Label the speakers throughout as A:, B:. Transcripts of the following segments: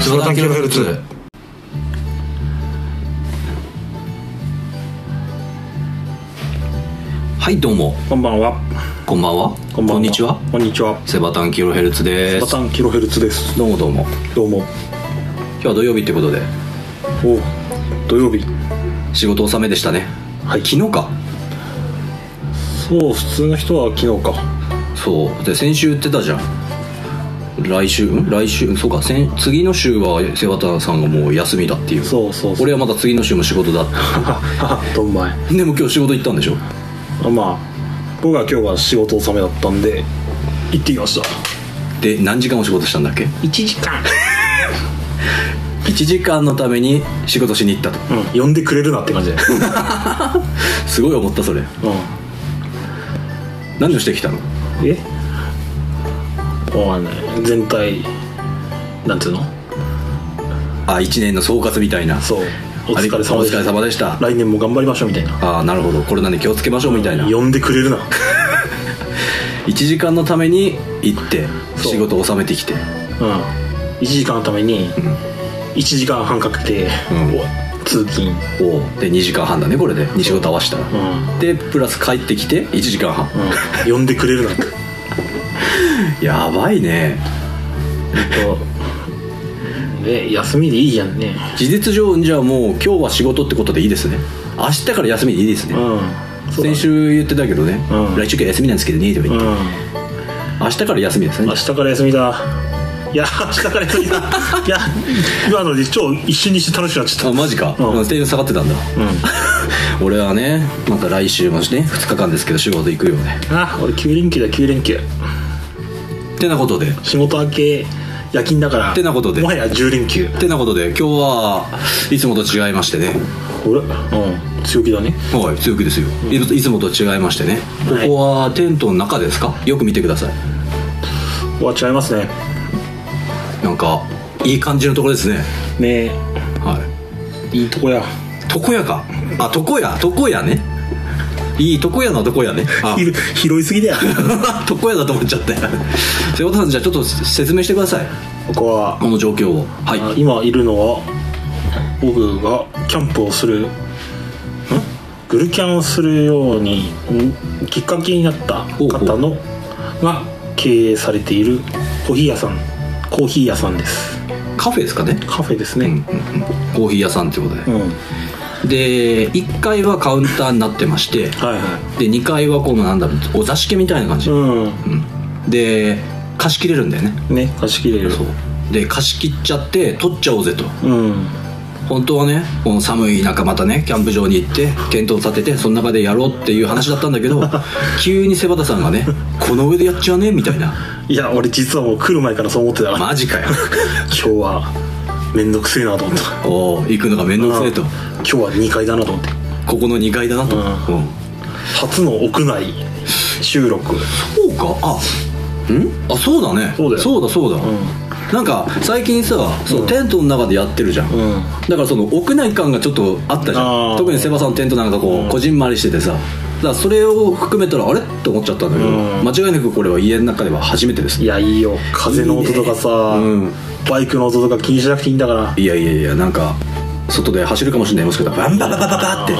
A: 13kHz はいどうも
B: こんばんは。
A: こんばんは
B: こんばんは。
A: にちは
B: こんにちは。
A: セバタンキロヘルツで
B: バ
A: す
B: タンキロヘルツです。
A: どうもどうも
B: どうも。
A: 今日は土曜日ってことで
B: お、土曜日。
A: 仕事納めでしたね
B: はい
A: 昨日か
B: そう、普通の人は昨日か。
A: そうで先週言ってたじゃん来週ん来週そうか先次の週はセバタンさんがもう休みだっていう
B: そうそうそう。
A: 俺はまた次の週も仕事だっ
B: は、 どんまい。
A: てでも今日仕事行ったんでしょ
B: あまあ、僕は今日は仕事納めだったんで、行ってきました。
A: で何時間お仕事したんだっけ
B: 1時間。
A: 1時間のために仕事しに行ったと
B: うん、呼んでくれるなって感じだよ。
A: すごい思ったそれ
B: う
A: 何をしてきたの
B: ん。えわかんない。全体、なんていうの
A: あ1年の総括みたいな
B: そう。お疲れ様で
A: あお疲れ様でした
B: 来年も頑張りましょうみたいな。
A: ああなるほどコロナに気をつけましょうみたいな
B: 呼んでくれるな。
A: 1時間のために行って
B: そう
A: 仕事を収めてきて
B: うん、1時間のために1時間半かけて、
A: うん
B: 通勤、うん、
A: おうで2時間半だねこれで2仕事合わせたらでプラス帰ってきて1時間半
B: うん、呼んでくれるなんて
A: やばいね
B: そうで休みでいいやんね
A: 事実上じゃあもう今日は仕事ってことでいいですね明日から休みでいいです
B: う
A: ね
B: んそうだね
A: 先週言ってたけどね、
B: うん
A: 来週から休みなんですけどねとか
B: う
A: 言
B: ん
A: って、明日から休みですね
B: 明日から休みだいや明日から休みだ いや今ので超一瞬にして楽しくなっちゃ
A: あ
B: った
A: マジか、
B: うん
A: うん、テンション下がってたんだ
B: うん
A: 俺はねまた来週もね2日間ですけど仕事行くよね
B: あ俺9連休だ9連休
A: てなことでっ
B: 仕事明け夜勤だから
A: てなことで
B: もはや10連休
A: てなことで今日はいつもと違いましてね
B: 俺うん強気だね
A: はい強気ですよいいつもと違いましてね
B: はい
A: ここはテントの中ですかよく見てください
B: うわ違いますね
A: なんかいい感じのところですね
B: ね
A: はい
B: えいいとこや
A: 床屋かあ床屋床屋ねいい床屋の床屋ねあ
B: ひろ拾いすぎだよ
A: 床屋だと思っちゃったよ 瀬尾さんじゃあちょっと説明してください
B: ここは
A: この状況をはい
B: あ今いるのは僕がキャンプをするんグルキャンをするようにんきっかけになった
A: ほうほう
B: 方のが経営されているコーヒー屋さんコーヒー屋さんです
A: カフェですかね
B: カフェです
A: うんうんうん
B: ね
A: コーヒー屋さんってことで
B: うん、
A: で1階はカウンターになってまして
B: はいは
A: で2階はこのなんだろうお座敷みたいな感
B: い
A: じ、
B: う
A: うんで貸し切れるんだよね
B: んね貸し切れる
A: そううで貸し切っちゃって取っちゃおうぜと
B: ん
A: 本当はねこの寒い中またねキャンプ場に行ってテントを立ててその中でやろうっていう話だったんだけ ど急に瀬端さんがね「この上でやっちゃうね」みたいない
B: や俺実はもう来る前からそう思ってた
A: 「
B: から、
A: マジかよ
B: 今日は面倒くせえなと思った」
A: おお行くのが面倒くせえと
B: うん今日は2階だなと思って
A: ここの2階だなと、
B: う
A: うん
B: 初の屋内収録
A: そうかあんあそうだね
B: そうだよ
A: そうだそうだ、
B: ん
A: なんか最近さそう、
B: うん
A: テントの中でやってるじゃん、
B: うん
A: だからその屋内感がちょっとあったじゃ
B: あ
A: ん
B: ー
A: 特にセバさんのテントなんかこう、
B: うん
A: こじんまりしててさだからそれを含めたらあれって思っちゃったんだけど、
B: うん
A: 間違いなくこれは家の中では初めてです
B: いやいいよ風の音とかさ
A: いいねうん
B: バイクの音とか気にしなくていいんだから
A: いやいやいやなんか外で走るかもしれないですけどバンバンバンバンバンって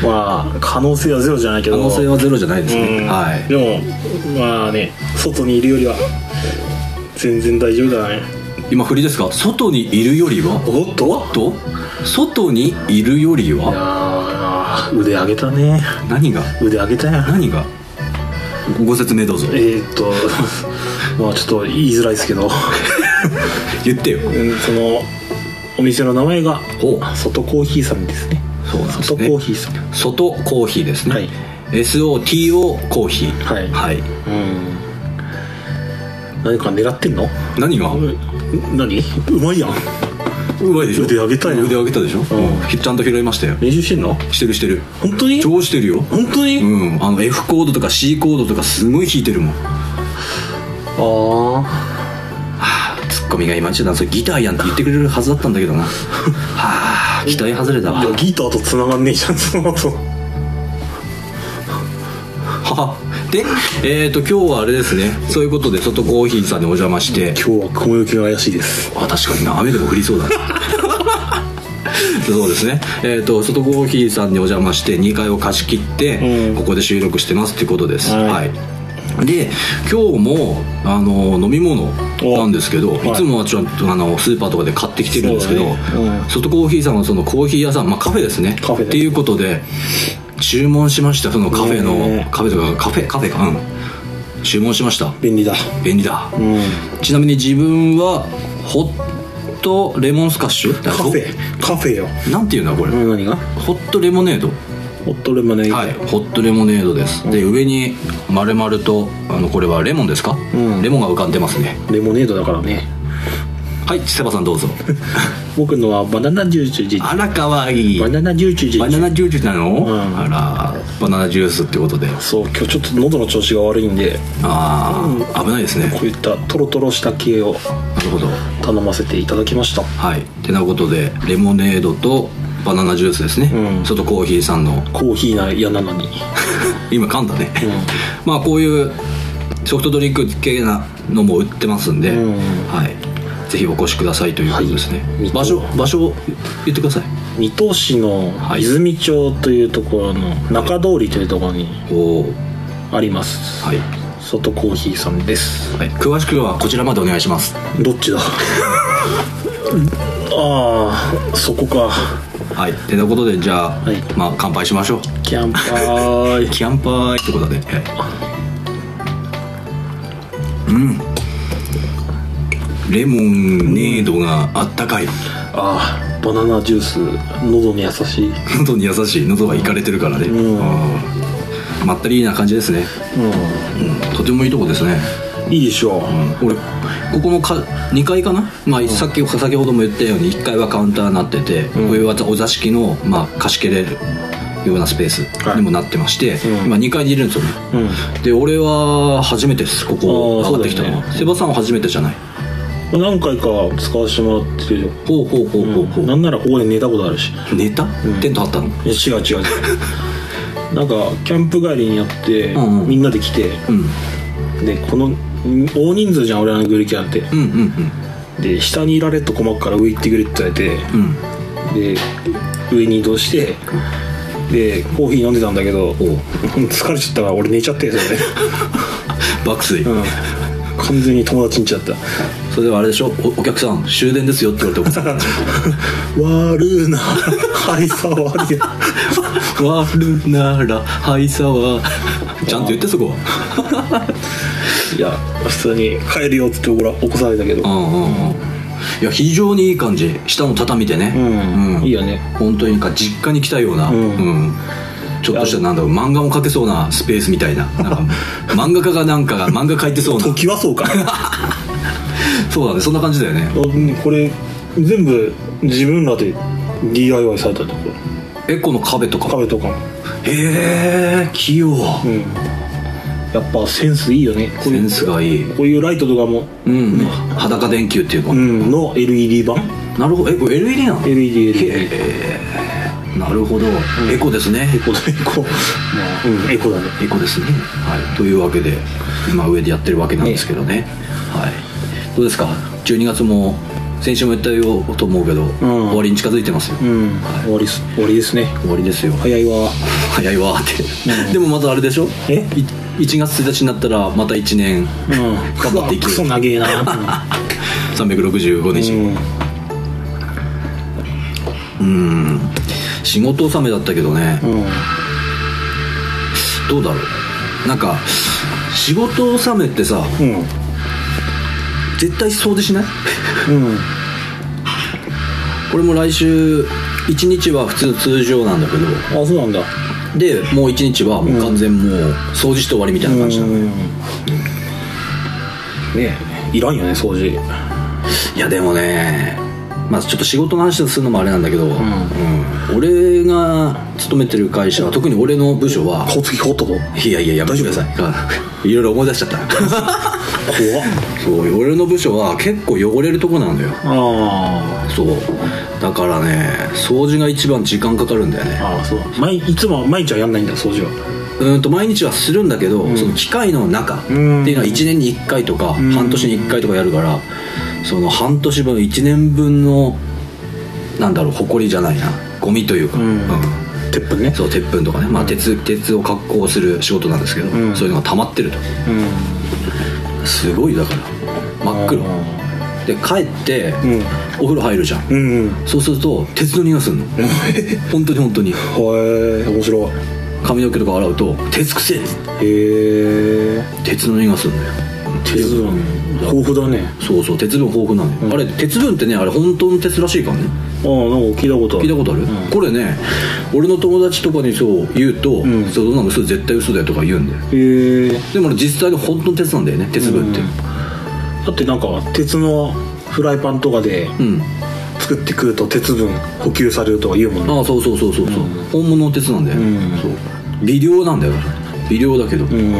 A: 可
B: まあ可能性はゼロじゃないけど
A: 能性はゼロじゃないですね、
B: うん
A: はい
B: でもまあね外にいるよりは全然大丈夫だね
A: 今振りですが外にいるよりは
B: おっと
A: おっと外にいるより
B: い
A: は
B: やー腕上げたね
A: 何が
B: 腕上げたやん
A: 何がご説明どうぞ
B: えー、っと まあちょっと言いづらいですけど
A: 言ってよ
B: うんそのお店の名前が
A: お
B: 外コーヒーさんですね
A: そうなんです
B: 外
A: ね
B: コーヒーさん
A: 外コーヒーですね、
B: はい
A: SOTO コーヒー
B: はいうん何か狙ってんの
A: 何がう
B: うん何うまいやん
A: まいでしょ
B: 腕上げたよ
A: 腕上げたでしょ、
B: ん
A: ひちゃんと拾いましたよ
B: 練習してんの
A: してるしてる
B: 本当に
A: 超してるよ
B: 本当に、
A: うんあの F コードとか C コードとかすごい弾いてるもんは
B: あ
A: あツッコミが今ちだそれギターやんって言ってくれるはずだったんだけ どなはあ期待外れだわ
B: あいやギターと繋がんねえじゃんその後
A: ははで、えー、と今日はあれですねそういうことで外コーヒーさんにお邪魔して
B: 今日は雲行きが怪しいです
A: あ確かにな雨でも降りそうだなそうですねえっ、と外コーヒーさんにお邪魔して2階を貸し切って、
B: うん
A: ここで収録してますってことですは、
B: はいい
A: で今日もあの飲み物なんですけど、
B: はい
A: い、つもはちょっとあのスーパーとかで買ってきてるんですけど、
B: そうだねうん
A: 外コーヒーさんのそのコーヒー屋さん、まあ、カフェですね
B: カフェで
A: っていうことで注文しましたそのカフェの、
B: ね
A: カフェとかカフェカフェかうん注文しました
B: 便利だ
A: 便利だ
B: うん
A: ちなみに自分はホットレモンスカッシュ
B: カフェカフェよ
A: なんていうんだこれ、
B: 何が
A: ホットレモネード
B: ホットレモネード、
A: はいホットレモネードです、で上に丸々とあのこれはレモンですか、
B: うん
A: レモンが浮かんでますね
B: レモネードだからね
A: はいセバさん どうぞ
B: 僕のはバナナジュースじ
A: あらかわいい
B: バナナジュースじ
A: バナナジュースなの、
B: ん
A: あらバナナジュースってことで
B: そう今日ちょっと喉の調子が悪いんで
A: ああ、危ないですね
B: こういったトロトロした系を
A: なるほど
B: 頼ませていただきました
A: はいてなことでレモネードとバナナジュースですね、
B: うん
A: 外コーヒーさんの
B: コーヒーな嫌なのに
A: 今噛んだね、
B: う
A: まあこういうソフトドリンク系なのも売ってますんで、
B: うん
A: はい、ぜひお越しくださいということですね、
B: はい
A: 場所場所を言ってください
B: ん水戸市の
A: はい
B: 泉町というところの中通りというところに
A: おー
B: あります、
A: はい、
B: 外コーヒーさんです
A: はい、詳しくはこちらまでお願いします
B: どっちだああそこか
A: はいてなことでじゃあ、
B: はい
A: まあ乾杯しましょう
B: キャンパーイ
A: キャンパーイってことで、はいうんレモンネードがあったかい
B: ああバナナジュース喉に優しい
A: 喉に優しい喉がいかれてるからね、
B: うん
A: うんまったりな感じですねとてもいいとこですね、
B: うんいいでしょう、
A: 俺ここもか2階かな、まあ、さっき先ほども言ったように1階はカウンターになってて、
B: ん
A: 上はお座敷の、まあ、貸し切れるようなスペース
B: はい
A: にもなってまして、
B: うん
A: 今2階にいるんですよね
B: うん
A: で俺は初めてですここ
B: あー
A: 上がってきたの
B: そうだ
A: は
B: よね
A: セバさんは初めてじゃない
B: 何回か使わせてもらってるよ、
A: ほうほうほうほうほう、
B: なんならここで寝たことあるし
A: 寝た、
B: ん
A: テント張ったの
B: いや違う違う違う なんかキャンプ帰りにやって、
A: うんうん
B: みんなで来て
A: うん
B: でこのん大人数じゃん俺らのグルキャンって
A: うんうん
B: で下にいられっと困っから上行ってくれって言われて
A: うんうん
B: で上に移動してでコーヒー飲んでたんだけど
A: おう
B: 疲れちゃったから俺寝ちゃってそれで、
A: 爆睡、
B: うん、完全に友達にちゃった
A: それではあれでしょおお客さん終電ですよって言われてお
B: 悪ーなはいさ悪い な
A: わるならはいさはちゃんと言ってそこ
B: いや普通に帰るよっつって俺は起こされたけど
A: はうんうんうんいや非常にいい感じ下の畳でね
B: うん、いい
A: や
B: よね
A: 本当になんか実家に来たようなう
B: うん
A: んちょっとしたなんだろう漫画も描けそうなスペースみたいななんか漫画家がなんかが漫画描いてそうな
B: 時はそうか
A: そうだねそんな感じだよね
B: これ全部自分らで DIY されたとこ
A: えこの壁と
B: ろ
A: か
B: 壁とか
A: へ
B: も
A: え器用
B: うんやっぱセンスいいよねこう
A: セ
B: い
A: ン
B: う
A: スがいい
B: こういうライトとかも、
A: うん裸電球っていう
B: う
A: か
B: ん、の LED 版
A: なるほどえこれ LED なの
B: LED
A: へ
B: LED
A: えなるほどエコですね
B: エコだエコ、うん、エコだね
A: エコですね、はい、というわけで今上でやってるわけなんですけどね、はい、どうですか12月も先週も言ったようと思うけど、終わりに近づいてますよ、
B: うん終わりっす終わりですね
A: 終わりですよ、
B: 早いわ
A: 早いわーって、でもまたあれでしょ
B: え
A: い1月1日になったらまた1年
B: うん
A: 頑張っていく
B: クソ長えな
A: 365
B: う
A: 日
B: ん
A: うん仕事納めだったけどね、
B: うん
A: どうだろうなんか仕事納めってさ
B: うん
A: 絶対掃除しない
B: うん
A: 俺も来週1日は普通通常なんだけど
B: あそうなんだ
A: でもう1日はもう完全もう掃除して終わりみたいな感じなの、
B: うんねえいらんよね掃除
A: いやでもねまあちょっと仕事の話をするのもあれなんだけど、うん
B: ん
A: 俺が勤めてる会社特に俺の部署は
B: 交通費ほっとこ
A: いやいややめてくださ いいろいろ思い出しちゃった
B: 怖っ
A: そう俺の部署は結構汚れるとこなんだよ
B: あ
A: そうだからね掃除が一番時間かかるんだよね
B: あああそう毎いつも毎日はやんないんだ掃除は
A: うーんと毎日はするんだけど、その機械の中っていうのは1年に1回とか
B: ん
A: 半年に1回とかやるからその半年分1年分のなんだろう埃じゃないなゴミというか、
B: う
A: うん
B: ん鉄粉ね
A: そう鉄粉とかね、まあ、鉄鉄を加工する仕事なんですけど、
B: うん
A: そういうのが溜まってると
B: うん
A: すごいだから真っ黒で帰って、
B: うん
A: お風呂入るじゃん
B: うんうん
A: そうすると鉄の匂いするの本当に本当に
B: へえ面白
A: 髪の毛とか洗うと鉄くせえっつって
B: いへえ
A: 鉄の匂いがするんだよ
B: 鉄分豊富だね
A: そうそう鉄分豊富なのよ、
B: うん
A: あれ鉄分ってねあれ本当の鉄らしいからね
B: ああなんか聞いたことあ
A: 聞い
B: る
A: たことある、
B: うん
A: これね俺の友達とかにそう言うと「
B: ん
A: そうそんなの嘘絶対嘘だよ」とか言うんだよ
B: へえ
A: でも俺実際に本当の鉄なんだよね鉄分って
B: だってなんか鉄のフライパンとかで
A: うん、
B: 作ってくると鉄分補給されるとか言うもんね
A: ああそうそうそうそうそう、本物の鉄なんだよ、
B: うん
A: そう微量なんだよ微量だけど、
B: うん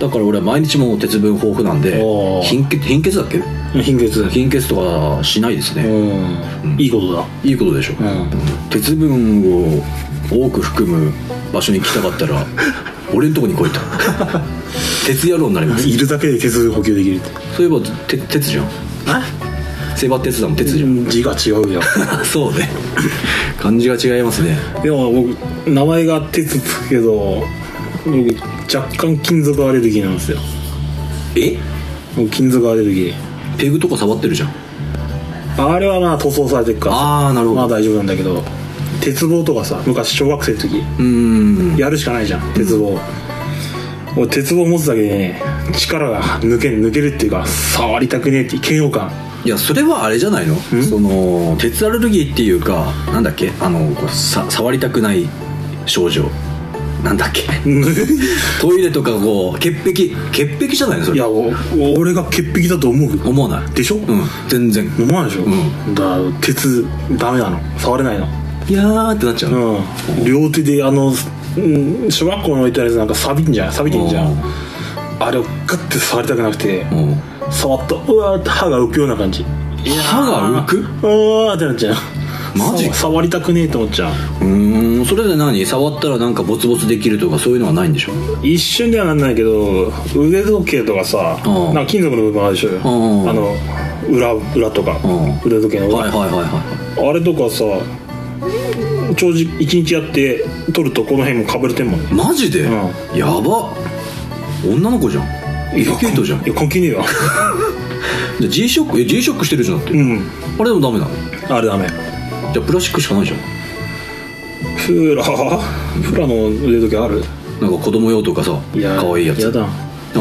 A: だから俺は毎日もう鉄分豊富なんで
B: おー
A: 貧血貧血だっけ
B: 貧血
A: 貧血とかしないです
B: う
A: ね、
B: んいいことだ
A: いいことでしょ、
B: うん
A: 鉄分を多く含む場所に来たかったら 俺んとこに来いと鉄野郎になります
B: いるだけで鉄分補給できるって
A: そういえばて鉄じゃん
B: あ
A: セバ鉄だもん鉄じゃん、
B: 字が違うじゃん
A: そうね感じが違いますね
B: でも僕名前が鉄つくけど僕若干金属アレルギーなんですよ
A: え
B: 僕金属アレルギー
A: ペグとか触ってるじゃん
B: あれはまあ塗装されてるからさ
A: ああなるほど、
B: まあ大丈夫なんだけど鉄棒とかさ昔小学生の時
A: うーん
B: やるしかないじゃん鉄棒、俺鉄棒持つだけでね力が抜け抜けるっていうか触りたくねえっていう嫌悪感
A: いやそれはあれじゃないのその鉄アレルギーっていうかなんだっけあのこうさ触りたくない症状なん だっけトイレとかこう潔癖潔癖じゃないのそ
B: い
A: れ
B: やお俺が潔癖だと思う
A: 思わない
B: でしょ、
A: うん全然
B: 飲まないでしょ、
A: う
B: だから鉄ダメなの触れないの
A: いやーってなっちゃう、うん、
B: うん両手であの、うん、小学校の置いてあるやつなんか錆びんじゃん錆びてんじゃ
A: うん
B: んあれをガッて触りたくなくて、触ったうわーって歯が浮くような感じ
A: 歯が浮く
B: うわーってなっちゃう
A: マジ
B: さ触りたくねえと思っちゃう
A: うーんそれで何触ったらなんかボツボツできるとかそういうのはないんでしょ
B: 一瞬ではなんないけど腕時計とかさ
A: うん
B: なんか金属の部分あるでしょ
A: ん
B: あの裏裏とか
A: うん
B: 腕時計の裏
A: はいはいはいは
B: あれとかさ長時一日やって取るとこの辺もかぶれてんもんね
A: いマジで、
B: う
A: やば女の子じゃんエレキュートじゃん
B: いや関係ねえわ
A: じゃ G ショックえ G ショックしてるじゃんだって、
B: うん
A: あれでもダメなの
B: あれダメ
A: じゃあプラスチックしかないじゃん
B: フラフラの腕時計ある
A: なんか子供用とかさ可愛いやつ
B: やだ
A: なん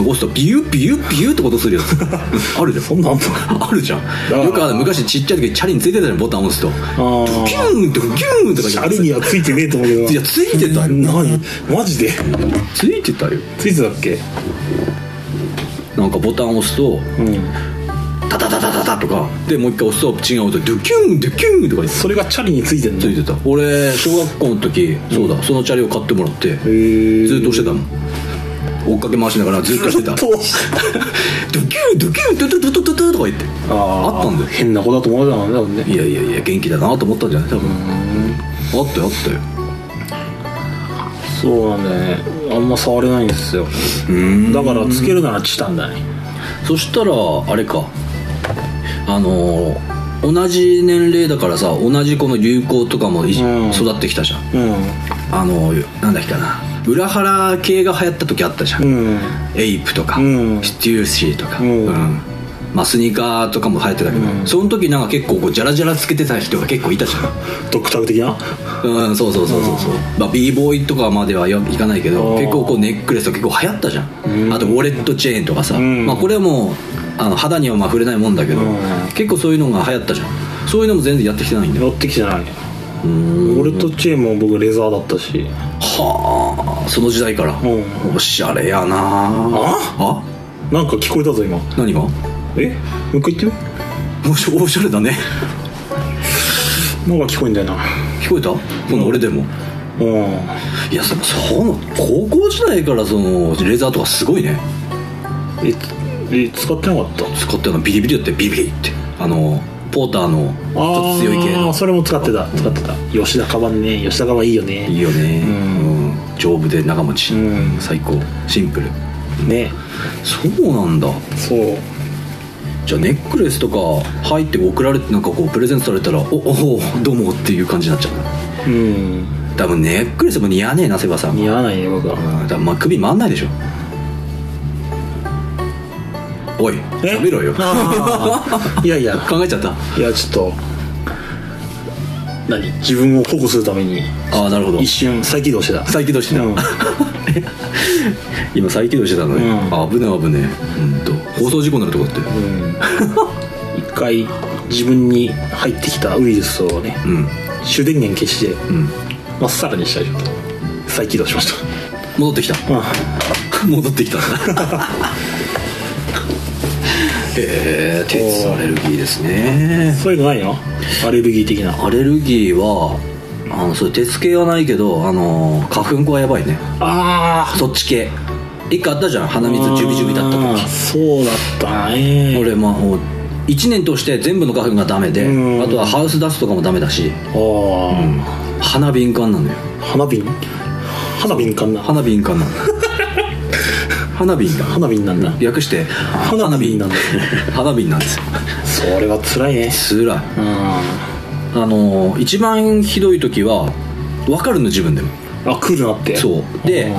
A: か押すとビュービュービューってことするや つあるじゃん
B: そんなんあんの
A: あるじゃ
B: あ
A: ん
B: ー
A: よくあの昔ちっちゃい時チャリについてたじゃんボタン押すと
B: あー
A: キューンとかキューンとか
B: シャルにはついてねえと思うけど
A: いやついてたよ
B: 何マジで
A: ついてたよ
B: ついてたっけ
A: なんかボタン押すと
B: うん
A: タタタタタタとかでもう一回押すと違うとドゥキュンドゥキュンとかにつ
B: それがチャリについてんの
A: いてた俺小学校の時そうだそのチャリを買ってもらって
B: ー
A: ずっと押してたもん追っかけ回しながらずっと押してたド
B: ずっと押し
A: キュン ドキュンドゥドゥドゥドゥドゥドゥとか言って
B: あー
A: あったんだよ
B: 変な子だと思われたのね多分ね
A: いやいやいや元気だなと思ったんじゃない多分あったよあったよ
B: そうなんだよねあんま触れないんですよ
A: ん
B: だからつけるならチタンだね
A: そしたらあれかあのー同じ年齢だからさ同じこの流行とかもい
B: うん
A: 育ってきたじゃん
B: う
A: あのなんだっけかな裏腹系が流行った時あったじゃん、
B: んうん
A: エイプとか、
B: うん
A: ステューシーとか、
B: うん
A: まあ、スニーカーとかも流行ってたけど、
B: うん
A: その時なんか結構こうジャラジャラつけてた人が結構いたじゃ
B: ドクター的な
A: ん、うん、そうそうそうそうそう、まあ、b ボーイとかまではいかないけど
B: あー
A: 結構こうネックレスとか結構流行ったじゃん、
B: うん
A: あとウォレットチェーンとかさ、
B: うん
A: まあ、これはもうあの肌にはまあ触れないもんだけど、
B: うん
A: 結構そういうのが流行ったじゃんそういうのも全然やってきてないんだよ
B: 乗ってきてない
A: うん
B: 俺とチェーンも僕レザーだったし
A: はあその時代から、
B: ん
A: おしゃれやなあ
B: なんか聞こえたぞ今
A: 何がも
B: えもう一回言って
A: うしおしゃれだね
B: みなんか聞こえんだよな
A: 聞こえた今度俺でも、
B: う
A: いやそその高校時代からそのレザーとかすごいね
B: んえつえ使ってなかった
A: 使ってあのビリビリだってビリビリってあのポーターのちょっと強い系
B: あ
A: の
B: ーそれも使ってた使ってた吉田カバンね吉田カバンいいよね
A: いいよね
B: うん
A: うん丈夫で長持ち、
B: うん
A: 最高シンプル
B: ね
A: そうなんだ
B: そう
A: じゃあネックレスとか入って送られてなんかこうプレゼントされたら「おおおどうも」っていう感じになっちゃう
B: うん
A: 多分ネックレスも似合わねえなセバさん
B: 似合わないね僕は
A: うん多分まあ首回んないでしょおいやめろよ
B: あーいやいや
A: 考えちゃった
B: いやちょっと何自分を保護するために
A: ああなるほど
B: 一瞬再起動してた
A: 再起動してた、
B: うん
A: 今再起動してたのね、
B: うん
A: あ危ねえ危ねえうんと放送事故になるとこって
B: うん一回自分に入ってきたウイルスをね
A: うん
B: 主電源消して
A: うん
B: まっさらにしたいと再起動しまし
A: 戻ってきた
B: たあ
A: 戻ってきたへえ鉄アレルギーですね
B: そういうのないのアレルギー的な
A: アレルギーはあのそれ鉄系はないけどあの花粉粉はやばいね
B: あ
A: そっち系一回あったじゃん鼻
B: あ
A: 水ジュビジュビだった時
B: そうだったね
A: 俺まあ1年通して全部の花粉がダメで
B: うん
A: あとはハウスダストとかもダメだし
B: ああ、
A: 鼻敏感なのよ
B: 花瓶花瓶かな
A: 鼻敏感 なの鼻敏感
B: 花瓶なんだ
A: 略して
B: 花瓶なんだ
A: 鼻敏なんですよ
B: それは辛いね
A: つらい
B: うん
A: あのー一番ひどい時は分かるの自分でも
B: あ来るなって
A: そうで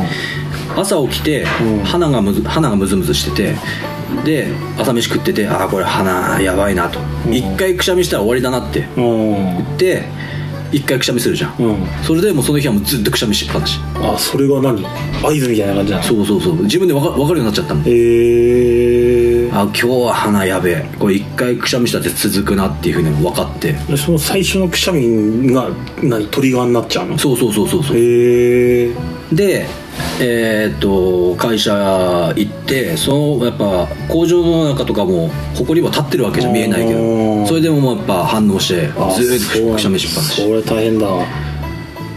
A: 朝起きて
B: うん
A: 鼻がむず鼻がムズムズしててで朝飯食っててああこれ鼻やばいなと
B: うん
A: 一回くしゃみしたら終わりだなって
B: うん
A: で一回くしゃみするじゃん
B: うん
A: それでもうその日はもうずっとくしゃみしっぱなし
B: あそれが何合図みたいな感じなの
A: そうそうそう自分で分か分かるようになっちゃったもん
B: ええ
A: あ今日は鼻やべえこれ一回くしゃみしたって続くなっていうふうに分かって
B: その最初のくしゃみが何トリガーになっちゃうの
A: そうそうそうそうそう
B: へえ
A: でえーっと会社行ってそのやっぱ工場の中とかも埃は立ってるわけじゃん見えないけ
B: あー
A: どそれでももうやっぱ反応してず
B: あ
A: ーっとくしゃみしっぱな
B: そ
A: し
B: れ大変だわ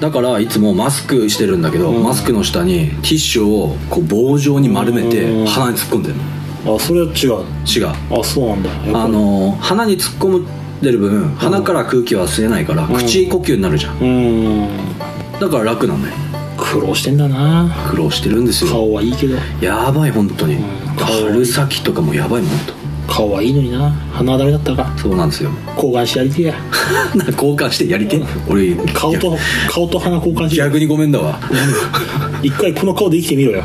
A: だからいつもマスクしてるんだけど、
B: うん
A: マスクの下にティッシュをこう棒状に丸めて
B: うん
A: 鼻に突っ込んでるの
B: あそれは違う
A: 違う
B: あそうなんだやっぱ
A: あの鼻に突っ込んでる分鼻から空気は吸えないから
B: ん
A: 口呼吸になるじゃん
B: うん
A: だから楽なんだよ
B: 苦労してんだな
A: 苦労してるんですよ
B: 顔はいいけど
A: やばい本当に
B: うん
A: 春先とかもやばいもんと
B: 顔はいいのにな鼻はダメだったか
A: そうなんですよ
B: 交換してやりてえや
A: なんか交換してやりてえ俺
B: 顔と顔と鼻交換して
A: 逆にごめんだわ
B: 一回この顔で生きてみろよ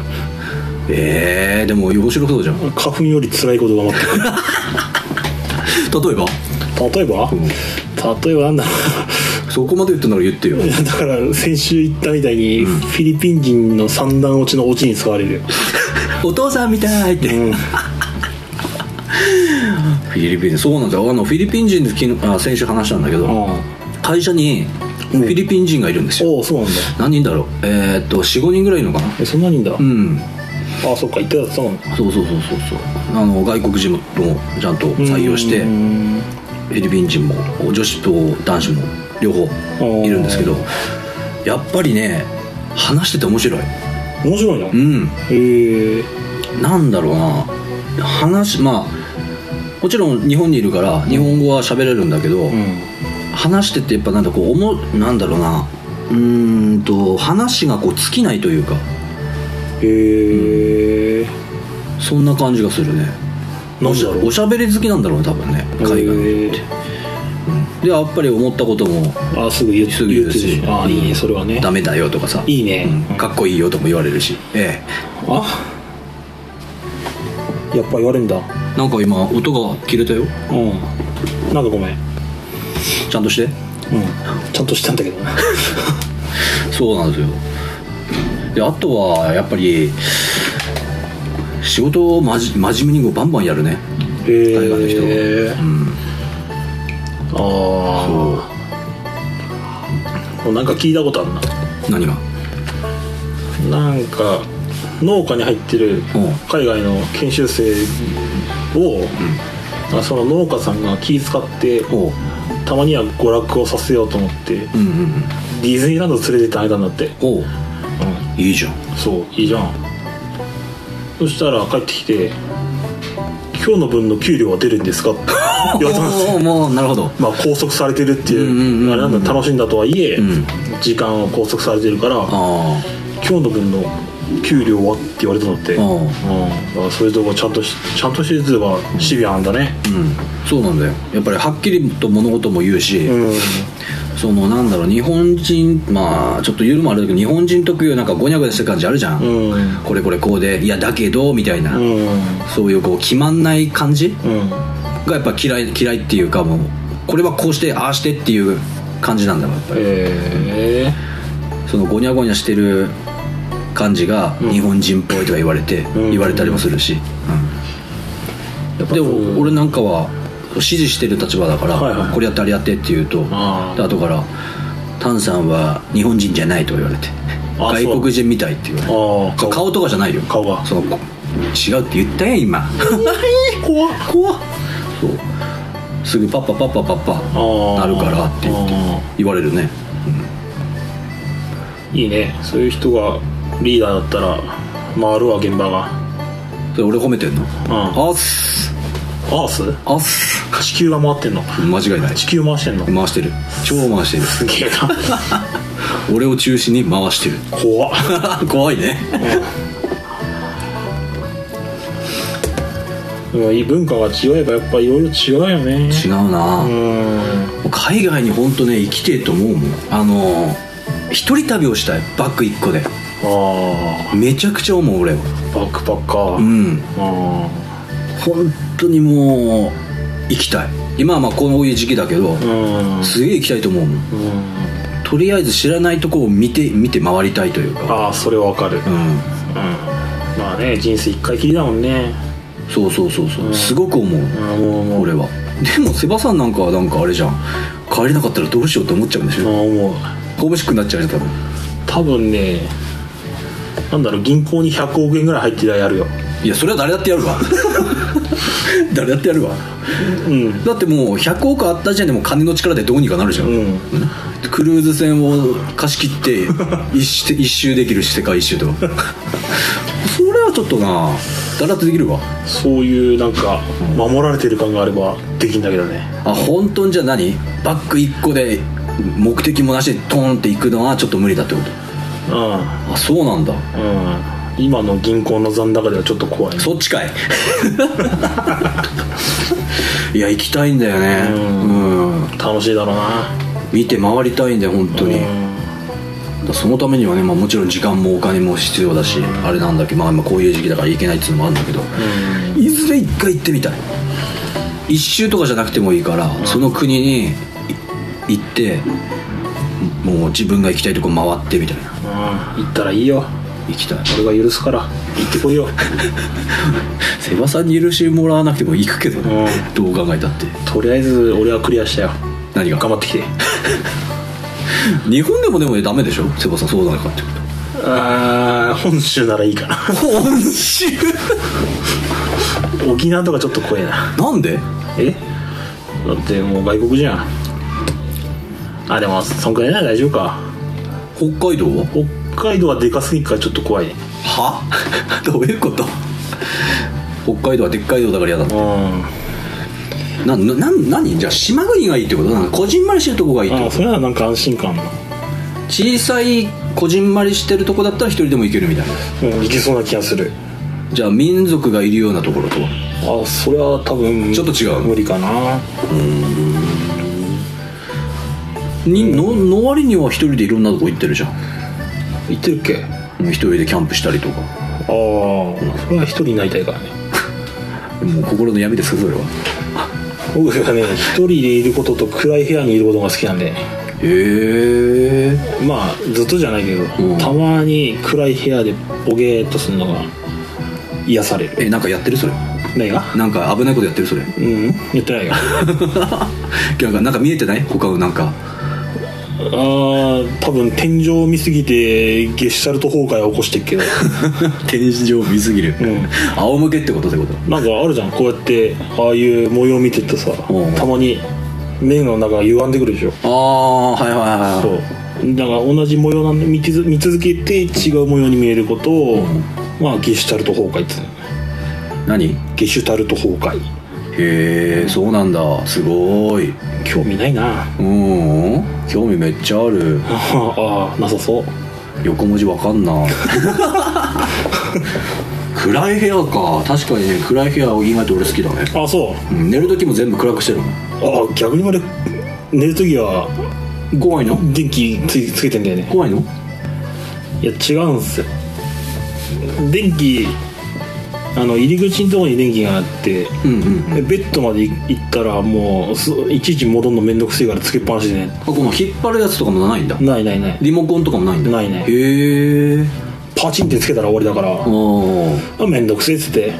A: えー、でも面白そうじゃん例
B: 花粉より辛いことが待って
A: えば
B: る例えば、
A: ん
B: 例えばなんだろ
A: そこまで言ったなら言ってよ
B: ういやだから先週言ったみたいに、フィリピン人の三段落ちの落ちに使われるよ、
A: お父さんみたいって
B: うん、
A: フィリピンそうなんだよあのフィリピン人で昨日あ先週話したんだけど
B: あ
A: 会社にフィリピン人がいるんですよ
B: おおそうなんだ
A: 何人だろうえー、っと45人ぐらいいるのかな
B: えそんなにいいんだ、
A: うん
B: ああそっか言ってたそうなんだ
A: そうそうそうそうそうあの外国人もちゃんと採用して
B: うん
A: フィリピン人も女子と男子も両方いるんですけどやっぱりね話してて面白い
B: 面白いな
A: うん
B: へえ
A: なんだろうな話まあもちろん日本にいるから日本語は喋れるんだけど、
B: うん
A: 話しててやっぱなんだこう思うなんだろうなうーんと話がこう尽きないというか
B: へえ
A: そんな感じがするね
B: 何だろう
A: おしゃべり好きなんだろうね多分ね海外の人って
B: へ
A: でやっぱり思ったことも
B: あすぐ言って
A: すぐ言うし
B: 言ってるあいいねそれはね
A: ダメだよとかさ
B: いいね
A: うんかっこいいよとも言われるしえ
B: あやっぱ言われんだ
A: えなんか今音が切れたよ
B: うんなんかごめん、うん、
A: ちゃんとして
B: ちゃんとしたんだけどな
A: そうなんですよであとはやっぱり仕事をまじ真面目にこうバンバンやるね
B: へ え
A: 海外の人うん
B: ああなんか聞いたことある
A: 何が
B: ななんか農家に入ってる
A: うん
B: 海外の研修生を、あその農家さんが気使って
A: おう
B: たまには娯楽をさせようと思ってデ
A: うんうんうん
B: ィズニーランド連れてってあげたんだって、
A: おういいじゃん
B: そういいじゃんそしたら帰ってきて「今日の分の給料は出るんですか?」って言われたんです
A: お
B: よ
A: うもうなるほど
B: まあ拘束されてるってい
A: うんうんうんう
B: うんあれなんだ楽しんだとはいえ、
A: ん
B: 時間を拘束されてるから
A: ああ
B: 「今今日の分の給料はって言われたのって、
A: あ
B: うん、
A: あ
B: だからそういうとこちゃんとしちゃんとしてるっていうかシビアなんだね
A: うんそうなんだよやっぱりはっきりと物事も言うし、
B: うん
A: そのなんだろう日本人まあちょっと言うのもあれだけど日本人特有なんかごにゃごにゃした感じあるじゃん、
B: うん
A: これこれこうでいやだけどみたいな、
B: うん
A: そういうこう決まんない感じ
B: うん
A: がやっぱ嫌い嫌いっていうかもうこれはこうしてああしてっていう感じなんだもんやっぱり
B: え
A: そのごにゃごにゃしてる感じが
B: うん
A: 日本人っぽいとか言われて、
B: うん
A: 言われたりもするし、
B: ー、やっぱ
A: で
B: うん
A: も俺なんかは支持してる立場だから、
B: はいはい
A: これやってあれやってって言うと
B: あ
A: で
B: ー
A: 後から「タンさんは日本人じゃない」とか言われて
B: あそう
A: 外国人みたいって言われて
B: あー
A: か顔とかじゃないよ
B: 顔が
A: そのこ違うって言ったやん 今
B: 怖っ怖っ
A: そうすぐパッパパッパパッパ
B: あ
A: なるからって言って
B: あ
A: 言われるね
B: ーいいねそういう人がリーダーだったら回るわ現場が
A: それ俺褒めてんの
B: うん
A: あっす
B: アース
A: あっす
B: 地球が回ってんの
A: 間違いない
B: 地球回してんの
A: 回してる超回してる
B: すげえな
A: 俺を中心に回してる
B: 怖っ
A: 怖いね
B: でもいい文化が違えばやっぱいろいろ違うよね
A: 違うな、
B: うーん
A: 海外に本当ね生きてえと思うもんあのー一人旅をしたいバッグ一個で
B: あ
A: めちゃくちゃ思う俺は
B: あバックパッカー、
A: うん
B: あ
A: 本当にもう行きたい今はまあこういう時期だけど、
B: ーうん
A: すげえ行きたいと思うもん
B: うん
A: とりあえず知らないとこを見て見て回りたいというか
B: ああそれはわかる、うん
A: うん
B: まあね人生一回きりだもんね、
A: そうそうそうそう、
B: うん
A: すごく思う、
B: うん、もうもう
A: 俺はでもセバさんなんかはなんかあれじゃん帰れなかったらどうしようって思っちゃうんでし
B: ああ
A: ょ
B: もう
A: ムシックになっちゃうじゃん多分
B: 多分ねなんだろう銀行に100億円ぐらい入ってたらやるよ
A: いやそれは誰だってやるわ 誰だってやるわ
B: うん
A: だってもう100億あった時点でもう金の力でどうにかなるじゃん、
B: うん
A: クルーズ船を貸し切って 一周一周できるし世界一周とかそれはちょっとなだらっとできるわ
B: そういうなんか守られてる感があればできんだけどね
A: あ本当にじゃあ何バッグ1個で目的もなしでトーンって行くのはちょっと無理だってこと
B: うん
A: あそうなんだ
B: うん今の銀行の残高ではちょっと怖いね
A: そっちか いいや行きたいんだよね
B: う
A: うん、
B: 楽しいだろうな
A: 見て回りたいんだよ本当に、だからそのためにはね、まあ、もちろん時間もお金も必要だし、あれなんだけど、まあ、今こういう時期だから行けないっていうのもあるんだけど、いずれ一回行ってみたい一周とかじゃなくてもいいから、その国にい行ってもう自分が行きたいとこ回ってみたいな
B: うん、うん、行ったらいいよ
A: 行きたい
B: 俺が許すから行ってこいよ
A: セバさんに許しもらわなくても行くけどね、どう考えたって
B: とりあえず俺はクリアしたよ
A: 何が
B: 頑張ってきて
A: 日本でもでもダメでしょセバさんそうなのかって こと
B: あー本州ならいいかな
A: 本州
B: 沖縄とかちょっと怖えな
A: なんで
B: えだってもう外国じゃんあでもそんくらいなら大丈夫か
A: 北海道は
B: 北海道はでかすぎるからちょっと怖いね
A: は どういうこと北海道はでっかい道だから嫌だ
B: うん
A: ななな何じゃあ島国がいいってことなんかこじんまりしてるとこがいいって
B: あ
A: こ
B: それはなんか安心感
A: と小さいこじんまりしてるとこだったら一人でも行けるみたいな
B: うんいけそうな気がする
A: じゃあ民族がいるようなところとは
B: あそれは多分
A: ちょっと違う
B: 無理かな
A: にのの割には一人でいろんなとこ行ってるじゃん
B: 行ってるっけ
A: うん一人でキャンプしたりとか
B: ああそれは一人になりたいからね
A: もう心の闇ですかそれは
B: 僕はね一人でいることと暗い部屋にいることが好きなんで
A: へえ
B: まあずっとじゃないけど、
A: ん
B: たまに暗い部屋でボゲーっとするのが癒される
A: えなんかやってるそれ
B: 何が
A: なんか危ないことやってるそれ
B: うん言って ないよあ
A: なんかなんか見えてない他のなんか
B: ー多分天井を見すぎてゲシュタルト崩壊を起こしてっけど
A: 天井見すぎる、
B: うん
A: 仰向けってことってこと
B: なんかあるじゃんこうやってああいう模様見てってさ
A: うん
B: たまに目の中が歪んでくるでしょ
A: ああはいはいはい
B: そうだから同じ模様なんで見つ見続けて違う模様に見えることを、まあゲシュタルト崩壊って言うんだよね
A: 何
B: ゲシュタルト崩壊
A: へえそうなんだすごい
B: 興味ないな
A: うん興味めっちゃある
B: ああなさそう
A: 横文字わかん な暗い部屋か確かにね暗い部屋意外と俺好きだね、
B: あそう
A: うん、寝る時も全部暗くしてるもん
B: あ逆に俺寝る時は
A: 怖いの
B: 電気つつけてんだよね
A: 怖いの
B: いや違うんすよ電気あの入り口のところに電気があって
A: うんうん
B: でベッドまで行ったらもうすいちいち戻るのめんどくせえからつけっぱなしでね
A: あこの引っ張るやつとかもないんだ
B: ないないない
A: リモコンとかもないんだ
B: ないない
A: へえ
B: パチンってつけたら終わりだから
A: あ
B: あめんどくせえっつって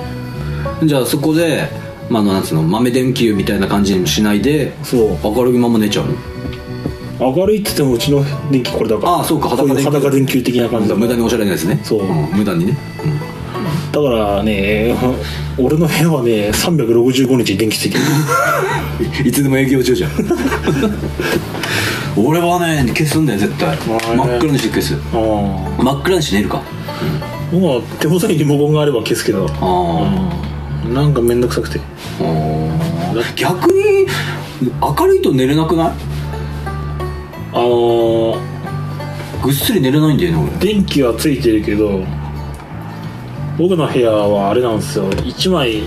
A: あじゃあそこで、まあ、あのなんつうの豆電球みたいな感じにもしないで
B: そう
A: 明るいまま寝ちゃうの
B: 明るいっつってもうちの電気これだから
A: ああそうか
B: こ
A: 裸
B: ういう
A: 電球
B: 裸電球的な感じだ
A: 無駄におしゃれなやつね
B: そうん
A: 無駄にね、
B: だからね俺の部屋はね365日電気ついてる
A: うん、いつでも営業中じゃん 俺はね消すんだよ絶対
B: まあね
A: 真っ暗にして消す
B: ああ
A: 真っ暗にして寝るか
B: 僕は手元にリモコンがあれば消すけど
A: ああ
B: うんなんかめんどくさくて
A: うん逆に明るいと寝れなくない
B: あのー、
A: ぐっすり寝れないんだよね俺
B: 電気はついてるけど僕の部屋はあれなんですよ1枚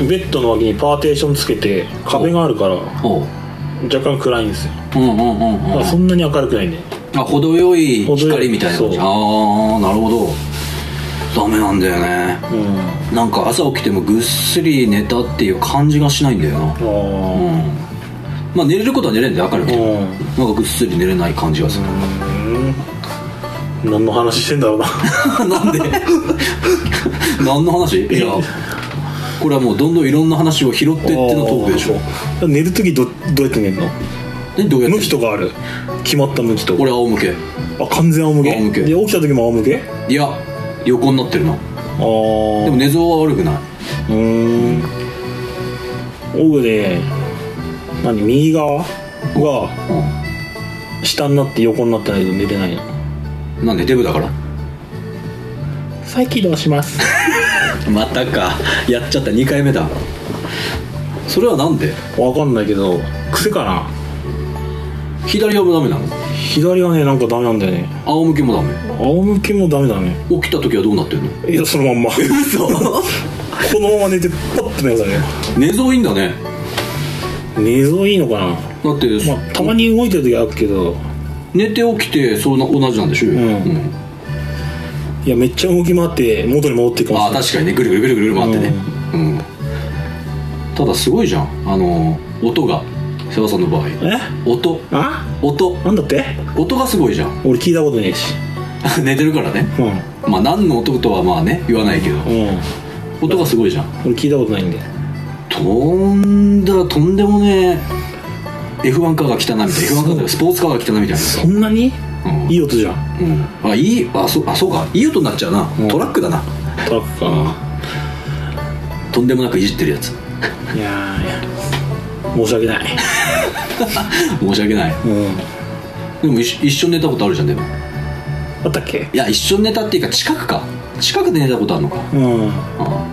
B: ベッドの脇にパーテーションつけて壁があるから
A: おう
B: 若干暗いんですよ
A: うんうんうんうん
B: だからそんなに明るくないね
A: あ程よい
B: 程よい
A: 光みたいな感じ
B: そ
A: あ
B: う
A: あなるほどダメなんだよね
B: うん
A: なんか朝起きてもぐっすり寝たっていう感じがしないんだよな
B: あ
A: うん
B: ー
A: まあ寝れることは寝れんだよ明るく
B: う
A: て
B: ん
A: なんかぐっすり寝れない感じがする
B: 何の話してんだろうな
A: なんで何の話いやこれはもうどんどんいろんな話を拾ってってのトークでしょ
B: あー寝る時どどうやって寝るの
A: でどうやって
B: 向きとかある決まった向きと
A: 俺仰向け
B: あ完全仰向け
A: 仰向け
B: で起きた時も仰向け
A: いや横になってるな
B: ああ
A: でも寝相は悪くないう
B: ーん僕ね何右側が
A: う
B: 下になって横になってないと寝てないの
A: んなんでデブだから
B: 再起動します
A: またかやっちゃった2回目だそれはなんで
B: わかんないけど癖かな
A: 左はもダメなの
B: 左はねなんかダメなんだよね
A: 仰向けもダメ
B: 仰向けもダメだね
A: 起きた時はどうなってるの
B: いやそのまん まこ
A: 嘘
B: のまま寝てパッと目が覚める
A: 寝相いいんだね
B: 寝相いいのかな
A: だって、
B: まあたまに動いてる時あるけど
A: 寝て起きてそんな同じなんでしょ、うん
B: いやめっちゃ動き回って元に戻っていく
A: ああ確かにねぐるぐるぐるぐる回ってねうん、ただすごいじゃんあの音が世話さんの場合
B: え
A: 音
B: あ
A: 音
B: なんだって
A: 音がすごいじゃん
B: 俺聞いたことねえし
A: 寝てるからね
B: うん
A: まあ何の音とはまあね言わないけど
B: うん
A: 音がすごいじゃん
B: 俺聞いたことないんで
A: とんだとんでもねえ F1 カーが来たなみたいな F1 カーだよスポーツカーが来たなみたい
B: そんなに
A: な、うん
B: いい音じゃん
A: うん、あいいあそあそうかいい音になっちゃうな、
B: うん
A: トラックだな
B: トラックか
A: とんでもなくいじってるやつ
B: いやーいや申し訳ない
A: 申し訳ない
B: うん
A: でも一緒一緒に寝たことあるじゃんでも
B: あったっけ
A: いや一緒に寝たっていうか近くか近くで寝たことあるのか、
B: うんうん
A: あ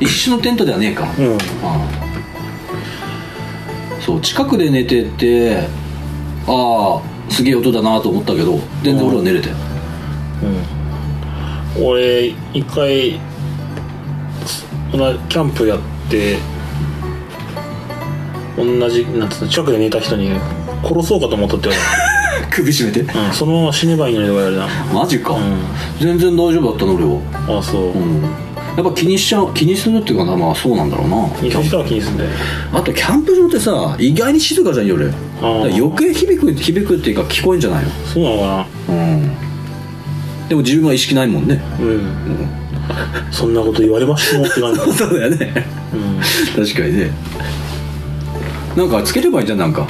A: 一緒のテントではねえか、あそう近くで寝ててああすげえ音だなと思ったけど全然俺は寝れて
B: うん俺一回同じキャンプやって同じなんつうの近くで寝た人に殺そうかと思ったって言わ
A: 首絞めて
B: れた、うん、そのまま死ねばいいのにとか言われ
A: マジか、
B: ん
A: 全然大丈夫だったの俺は
B: たあそう、
A: うんやっぱ気にしちゃう気にするっていうかなまあそうなんだろうな
B: 気にする人は気にすんだよ
A: あとキャンプ場ってさ意外に静かじゃん夜だ
B: ー
A: から余計響く響くっていうか聞こえんじゃないの
B: そうなのか
A: うんでも自分は意識ないもんね
B: なうん、そんなこと言われましてもって感じ、
A: そうだよね
B: うん、
A: 確かにねなんかつければいいじゃんなんか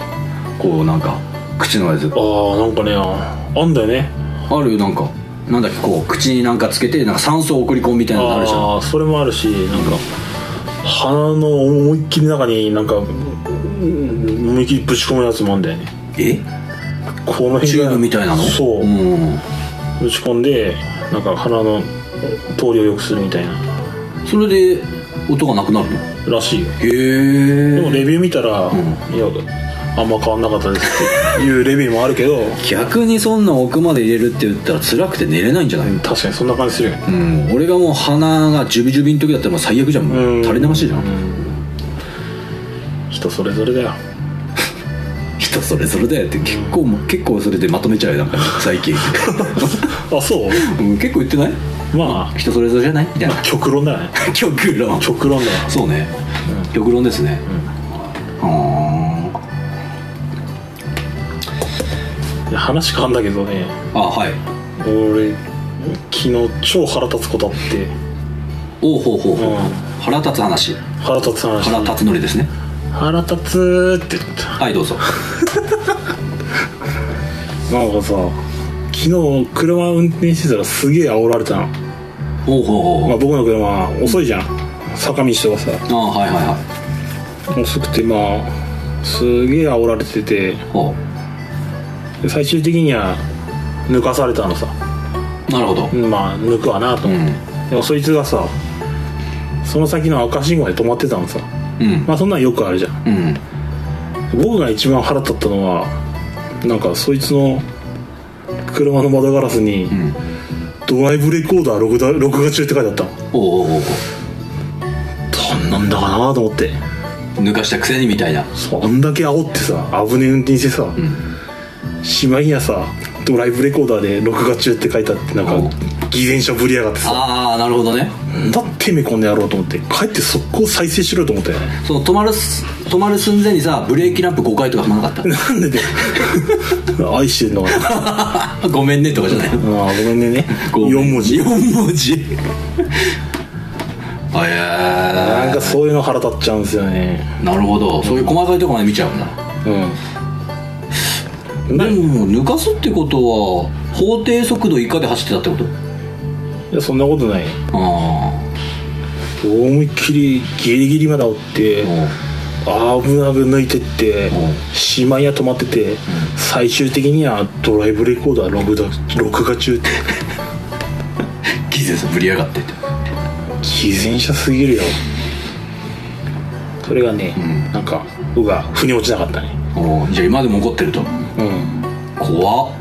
A: こうなんか口のやつ
B: ああなんかねああんだよね
A: あるよなんかなんだっけこう口になんかつけてなんか酸素を送り込むみたいなのあるじゃん
B: ああそれもあるしなんか鼻の思いっきり中になんかうん思いっきりぶち込むやつもあんだよね
A: え
B: この辺
A: チューブみたいなの
B: そう、
A: うん
B: ぶち込んでなんか鼻の通りを良くするみたいな
A: それで音がなくなるの
B: らしいよ
A: へえ
B: でもレビュー見たら、いやあんま変わんなかったですっていうレビューもあるけど
A: 逆にそんな奥まで入れるって言ったら辛くて寝れないんじゃない、うん
B: 確かにそんな感じするよね
A: 俺がもう鼻がジュビジュビの時だったらもう最悪じゃんも
B: う
A: うん垂れ流しじゃん
B: 人それぞれだよ
A: 人それぞれだよって結構もう結構それでまとめちゃうよなん か最近、
B: あ そう
A: うん、結構言ってない
B: ま
A: 人それぞれじゃないみたいな
B: あ極論だね
A: 極論
B: 極論だよ
A: そうね、極論ですねうーん
B: いや話変わんだけどね
A: あはい
B: 俺昨日超腹立つことあって
A: おうほうほうほう、
B: うん
A: 腹立つ話
B: 腹立つ話
A: 腹立つのりですね
B: 腹立つって言った
A: はいどうぞ
B: なんかさ昨日車運転してたらすげえ煽られたの、
A: ほうほうほう、
B: まあ、僕の車遅いじゃん坂道とかさ
A: ああはいはいはい
B: 遅くてまあすげえ煽られてて
A: ほ
B: で最終的には抜かされたのさ
A: うなるほど
B: まあ抜くわなと
A: う
B: 思って、
A: ん
B: でもそいつがさその先の赤信号で止まってたのさ
A: うん
B: まあそんなんよくあるじゃん
A: うん
B: 僕が一番腹立ったのはなんかそいつの車の窓ガラスに
A: うん
B: 「ドライブレコーダー録画録画中」って書いてあったの
A: おうおうおうおう
B: どんなんだかなと思って
A: 抜かしたくせにみたいな
B: そんだけ煽ってさ危ねえ運転してさ、
A: ん
B: しまいにはさドライブレコーダーで録画中って書いてあってなん
A: うん
B: か偽善者ぶりやがってさ
A: ああなるほどね
B: なんだってめこんでやろうと思って帰って速攻再生しろよと思ったよね
A: その止まるす止まる寸前にさブレーキランプ5回とか踏まなかっ
B: なんでで愛してんのかな
A: た ごめんねとかじゃないの
B: ああごめんねね
A: ごめん
B: 4文字
A: 4文字あ
B: な
A: え
B: んかそういうの腹立っちゃうんですよね
A: ー、なるほどそういう細かいとこまで見ちゃうんだ
B: う
A: で
B: んな
A: も抜かすってことは法定速度以下で走ってたってこと
B: いやそんなことない
A: あ
B: 思いっきりギリギリまで煽って
A: あもう
B: あぶなぶ抜いてって
A: うん
B: しまいや止まってて最終的にはドライブレコーダー録画録画中って
A: ギゼスぶりやがってって
B: 偽善者すぎるよそれがね、
A: ん
B: なんかうが腑に落ちなかったね
A: おーじゃあ今でも怒ってると
B: うん
A: 怖っ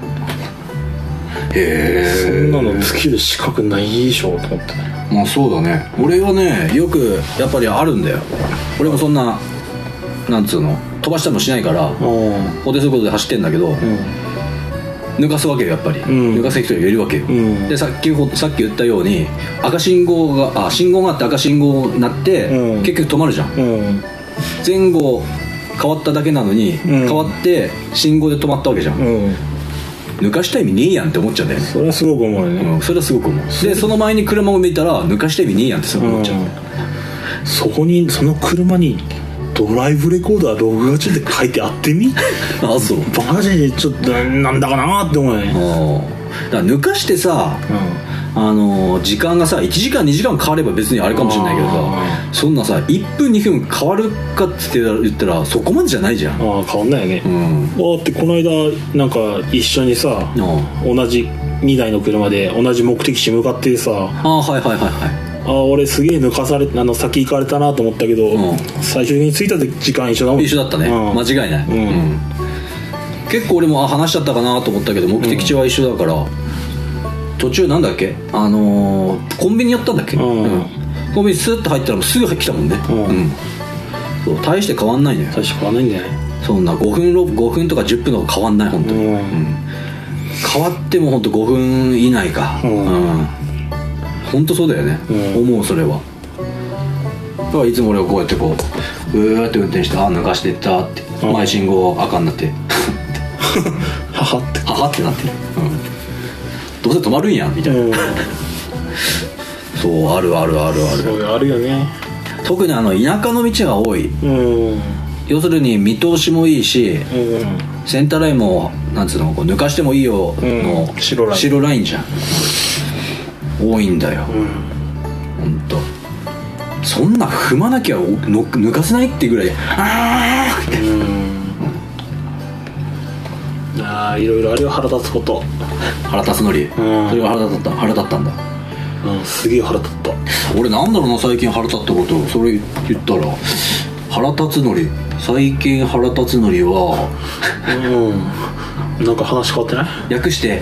A: へえ
B: そんなの尽きる資格ないでしょと思ってね
A: まあそうだね俺はねよくやっぱりあるんだよ俺もそんななんつうの飛ばしたりもしないから
B: う
A: 法定速度で走ってんだけど、抜かすわけよやっぱり、
B: ん
A: 抜かす人がいるわけよ、
B: ん
A: でさっきほさっき言ったように赤信号があ信号があって赤信号になって、
B: うん
A: 結局止まるじゃん
B: うんうん
A: 前後変わっただけなのに、
B: ん
A: 変わって信号で止まったわけじゃん、
B: うん
A: 抜かした意味ねえやんって思っちゃうんだよね、
B: それはすごく思うよね、
A: うん、それはすごく思うでその前に車を見たら抜かした意味ねえやんってすごい思っちゃう、
B: そこにその車にドライブレコーダー録画中って書いてあってみ
A: あそう
B: バカじゃねえちょっとなんだかなって思うよね
A: あーだから抜かしてさあのー時間がさ1時間2時間変われば別にあれかもしれないけど
B: あ
A: さそんなさ1分2分変わるかって言ったらそこまでじゃないじゃん
B: ああ変わんないよね
A: う、ん
B: ああってこの間なんか一緒にさ
A: あ
B: 同じ2台の車で同じ目的地向かってさ
A: ああーはいはいはいは
B: ああ俺すげえ抜かされあの先行かれたなと思ったけど、
A: うん
B: 最終的に着いた時間一緒だもん
A: い一緒だったね
B: うん
A: 間違いない、
B: うん
A: うん結構俺もあ話しちゃったかなと思ったけど目的地は一緒だから、途中なんだっけあのーコンビニやったんだっけ、
B: うん
A: コンビニスッと入ったらもうすぐ来たもんね
B: うん
A: うんそう大して変わんないのよ
B: 最初変わんないんじゃない
A: そんな5分ろ5分とか10分とか変わんない本当に、
B: うん
A: 変わっても本当5分以内かう、
B: うんん
A: 本当そうだよね、
B: うん
A: 思うそれはだからいつも俺はこうやってこううーって運転してああ抜かしてったって、
B: うん
A: 前信号赤になって
B: ははって
A: ははってなってる、うんどうせ止まるんやんみたいな、
B: うん
A: そうあるあるあるある
B: そういうのあるよね
A: 特にあの田舎の道が多い
B: うんうん
A: 要するに見通しもいいしセンターラインもなんつうのこう抜かしてもいいよの、
B: うん白ライン
A: 白ラインじゃん多いんだよほんとそんな踏まなきゃおの抜かせないってぐらいあーって
B: うんああいろいろあるよ腹立つこと、
A: 腹立つのり、
B: ん
A: それが腹立った腹立ったんだ
B: うん、すげえ腹立った
A: 俺なんだろうな最近腹立ったことそれ言ったら原辰徳最近原辰徳は
B: うんなんか話変わってない
A: 略して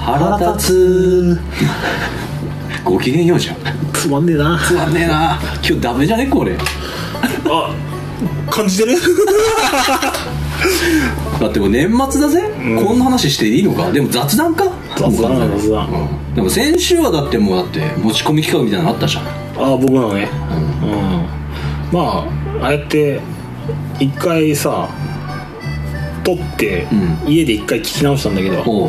A: 腹立つ ごきげんよう じゃん
B: つまんねえな
A: つまんねえな今日ダメじゃねこれだ
B: あ感じてる
A: ってもう年末だぜ、
B: ん
A: こんな話していいのかでも雑談か
B: 雑談だ
A: もう完全に
B: 雑談
A: うんでも先週はだってもうだって持ち込み企画みたいなのあったじゃん
B: あ僕なのね
A: うん
B: うんまあああやって一回さ撮って、
A: う
B: 家で一回聞き直したんだけど
A: おう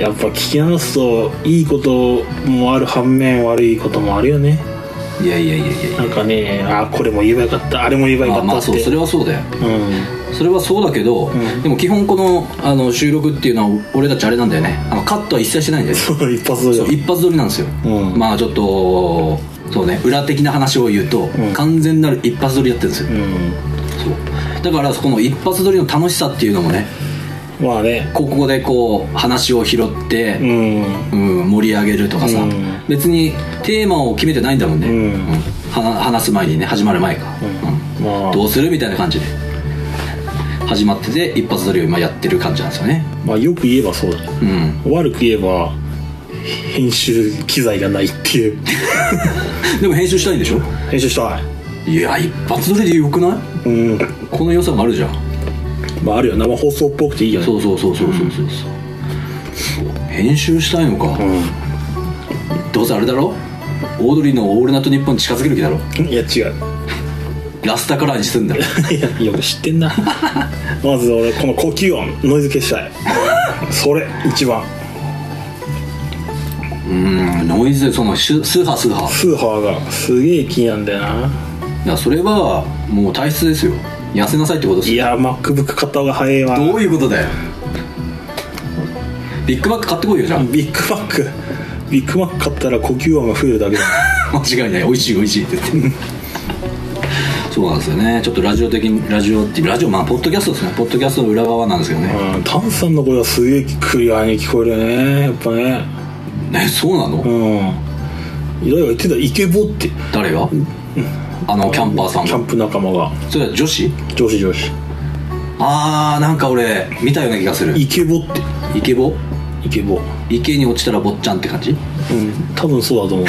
B: やっぱ聞き直すといいこともある反面悪いこともあるよね
A: いやいやいやいやいや
B: なんかねあこれも言えばよかったあれも言えばよか
A: あ
B: ったって
A: まあそうそれはそうだよそれはそうだけど、
B: ん
A: でも基本このあの収録っていうのは俺たちあれなんだよねあのカットは一切してないんだよね
B: うん 一発
A: そ
B: 撮
A: う
B: り
A: 一発撮りなんですよ、
B: うん
A: まあちょっとそうね裏的な話を言うと、
B: ん
A: 完全なる一発撮りやってるんですよ、
B: うん
A: そうだからこの一発撮りの楽しさっていうのもね
B: まあね
A: ここでこう話を拾って
B: う、ん
A: うん盛り上げるとかさ、
B: うん
A: 別にテーマを決めてないんだもんね、
B: うん
A: はな話す前にね始まる前か、
B: うんまあ
A: どうするみたいな感じで始まってて一発撮りを今やってる感じなんですよね
B: まあよく言えばそうだね
A: うん
B: 悪く言えば編集機材がないっ ていう
A: でも編集したいんでしょ
B: 編集したい
A: いや一発撮りでよくない
B: うん
A: この良さもあるじゃん
B: まああるよ生放送っぽくていいよね
A: そうそうそうそうそうそうそう編集したいのか、
B: う
A: どうせあれだろオードリーの「オールナイトニッポン」近づける気だろ
B: んいや違う
A: ラスタカラーにすんだろ
B: いやよく知って んなまず俺この呼吸音ノイズ消したいそれ一番
A: うーんノイズそのシュスーハースーハー
B: スーハーがすげえ気になんだよな
A: だからそれはもう体質ですよ痩せなさいってことです
B: い
A: よ
B: や MacBook 買った方が早いわ
A: どういうことだよビッグマック買ってこいよじゃあ
B: ビッグマックビッグマック買ったら呼吸音が増えるだけだ
A: 間違いない美味しい美味しいって言ってそうなんですよねちょっとラジオ的にラジオってラジオまあポッドキャストですねポッドキャストの裏側なんですけどね、
B: うん炭酸の声はすげえクリアに聞こえるよねやっぱね
A: えそうなの、
B: うんいろいろ言ってたイケボって
A: 誰が、あのキャンパーさん
B: キャン
A: が
B: プ仲間が
A: それは女子
B: 上司上司
A: あーなんか俺見たような気がする
B: イケボって
A: イケボ
B: イケボ
A: 池に落ちたら坊っちゃんって感じ
B: うん多分そうだと思う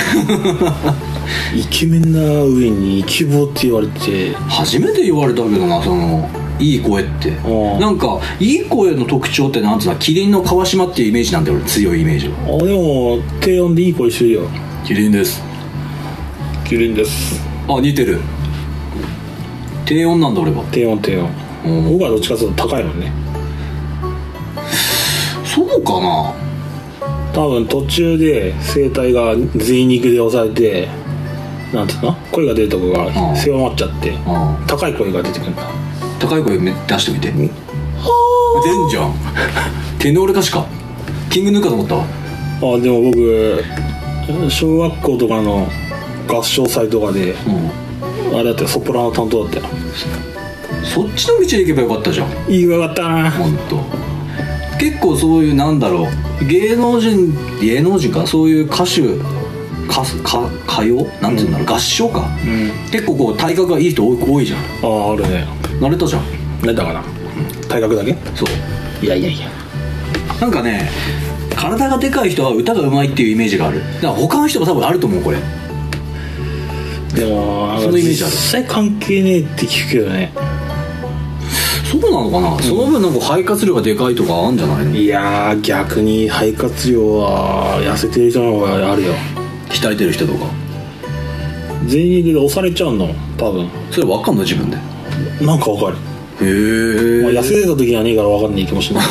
B: イケメンな上にイケボって言われて
A: 初めて言われたけどなそのいい声って
B: ん
A: なんかいい声の特徴ってなんつうのキリンの川島っていうイメージなんだよ俺強いイメージは
B: あでも低音でいい声してるよ
A: キリンです
B: キリンです
A: あ似てる低音なんだ俺は
B: 低音低音
A: うん
B: 僕はどっちかというと高いもんね
A: そうかな
B: 多分途中で声帯が全肉で押さえてなんていうの声が出るとこ
A: う
B: が
A: ん
B: 狭まっちゃって
A: あ
B: 高い声が出てくるんだ
A: ー高い声め出してみて出んじゃん テノール歌手かキングヌーかと思ったわ
B: あでも僕小学校とかの合唱祭とかで
A: う
B: あれだったよソプラノ担当だったよ
A: んそっちの道で行けばよかったじゃん
B: いい声よかったな
A: 本当。結構そういうなんだろう芸能人芸能人かそういう歌手かか歌謡なんていうんだろう、合唱か、
B: ん
A: 結構こう体格がいい人多い多いじゃん
B: あああるね
A: 慣れたじゃん
B: 何だかな体格だけ
A: そう
B: いやいやいや
A: なんかね体がでかい人は歌がうまいっていうイメージがあるだから他の人も多分あると思うこれ
B: でも
A: そのイメージある
B: 実際関係ねえって聞くけどね
A: そうなのかな、その分なんか肺活量がでかいとかあるんじゃないの
B: いやー逆に肺活量は痩せてる人の方があるよ
A: 鍛えてる人とか
B: 全員で押されちゃうの多分
A: それ分かんの自分で
B: なんかわかる、
A: へえ
B: まあ痩せてた時はねえからわかんないかもしれない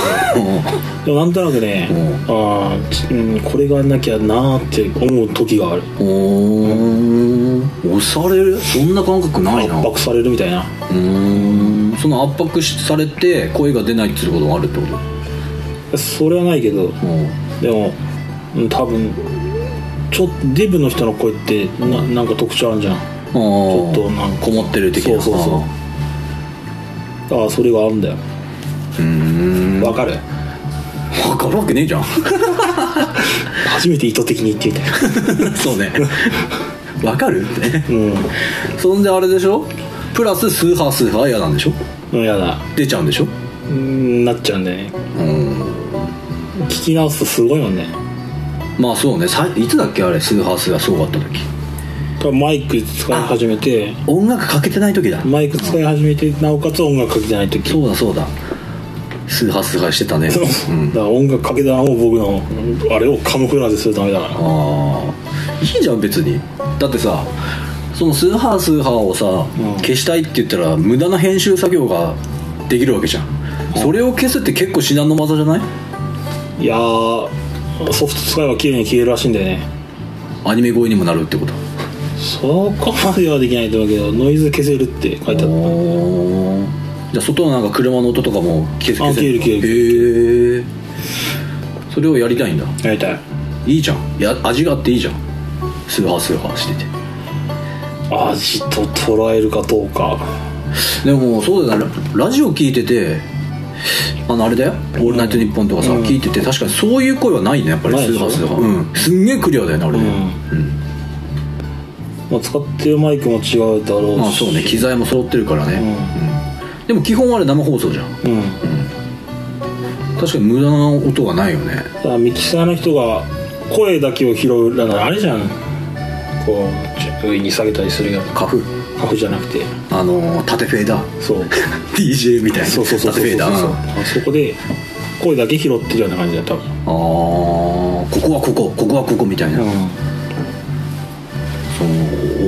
B: けどでもなんとなくね、
A: う
B: あーちうん、これがなきゃなーって思う時がある
A: おお押されるそんな感覚ないな
B: 圧迫されるみたいな
A: うーんその圧迫されて声が出ないっていうこともあるってこと
B: それはないけどでもうん多分ちょっとデブの人の声ってななんか特徴あるじゃん
A: ょ
B: っとなんか
A: こもってる的な
B: そうそうそうああそれがあるんだよ
A: うーん
B: わかる
A: 分かるわけねえじ ゃん
B: 初めて意図的に言ってみた い
A: そうね分かるってね
B: うん
A: そんであれでしょプラススーハースーハー嫌なんでしょ
B: もうやだ
A: 出ちゃうんでしょ
B: うんなっちゃうんでね
A: うん
B: 聞き直すとすごいもんね
A: まあそうねさいつだっけあれスーハースーハーすごかった時
B: マイク使い始めて
A: 音楽かけてない時だ
B: マイク使い始めてなおかつ音楽かけてない時
A: そうだそうだスーハースーハーしてたね
B: そう
A: うん
B: だから音楽かけたのを僕のあれをカムフラージュするためだから
A: ああいいじゃん別にだってさそのスーハースーハーをさ、
B: ん
A: 消したいって言ったら無駄な編集作業ができるわけじゃん、それを消すって結構至難の技じゃない
B: いやーソフト使えば綺麗に消えるらしいんだよね
A: アニメ声にもなるってこと
B: そこまではできないと思うけどノイズ消せるって書いてあっ
A: おーじゃあ外のなんか車の音とかも消せ
B: あ消える消え
A: るへえそれをやりたいんだ
B: たやりたい
A: いいじゃんいや味があっていいじゃんスーハースーハーしてて
B: 味と捉えるかどうか
A: でもそうだよねラジオ聞いててあのあれだよ「オールナイトニッポン」とかさ、聞いてて確かにそういう声はないねやっぱり
B: ない
A: スー
B: でし
A: ハ
B: ょ
A: ースーハーうんすんげえクリアだよねあれねうん、
B: まあ、使ってるマイクも違うだろうし
A: まあそうね機材も揃ってるからね、うんでも基本はあれ生放送じゃん
B: うん
A: 確かに無駄な音がないよね
B: だからミキサーの人が声だけを拾うだからあれじゃんこうちょ上に下げたりするような
A: カフ
B: カフじゃなくて
A: あのー縦フェーダー
B: そう
A: DJ みたいな
B: そうそうそうそう
A: 縦フェーダーうんあ
B: そこで声だけ拾ってるような感じだよ多分
A: あーここはここここはここみたいな、その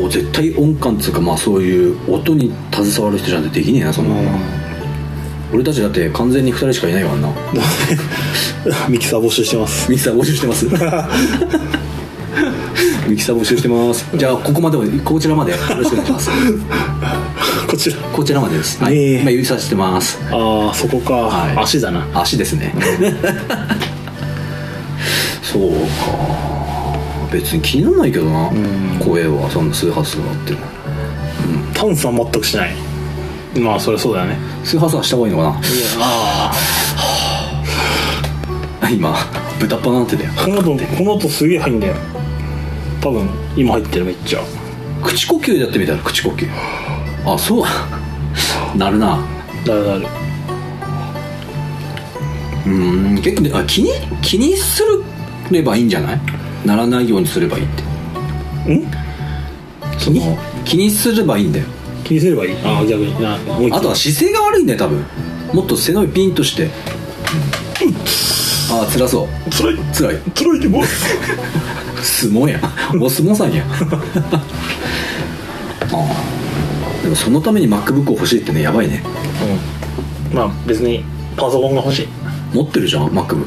A: お絶対音感っつうかまあそういう音に携わる人じゃなくてできねえなその、俺たちだって完全に2人しかいないわんな
B: ミキサー募集してます
A: ミキサー募集してます ミキサー募集してますじゃあここまでこちらまでよろしくお願いします
B: こちら
A: こちらまでですはい、
B: ええ
A: 今指さしてます
B: ああそこか、
A: はい
B: 足だな
A: 足ですねそうか別に気にならないけどな、
B: ん
A: 声はそんな数発があっても
B: 炭酸全くしないまあそれそうだよね
A: 数発はした方がいいのか
B: あ
A: な今豚っ鼻なってたよ
B: あこの音この音すげえ入んだよ多分今入ってるめっちゃ
A: 口呼吸でやってみたら口呼吸あそうなるな
B: だるだる
A: うーん結構ねあ気に気にすればいいんじゃないならないようにすればいいって
B: ん
A: 気に気にすればいいんだよ
B: 気にすればいいああ逆になもう一
A: あとは姿勢が悪いんだよ多分もっと背伸びピンとして、ああ辛そう
B: つらい
A: 辛い
B: つらいでも
A: 相撲やんお相撲さんやんああでもそのために MacBook を欲しいってねやばいね
B: うんまあ別にパソコンが欲しい
A: 持ってるじゃん MacBook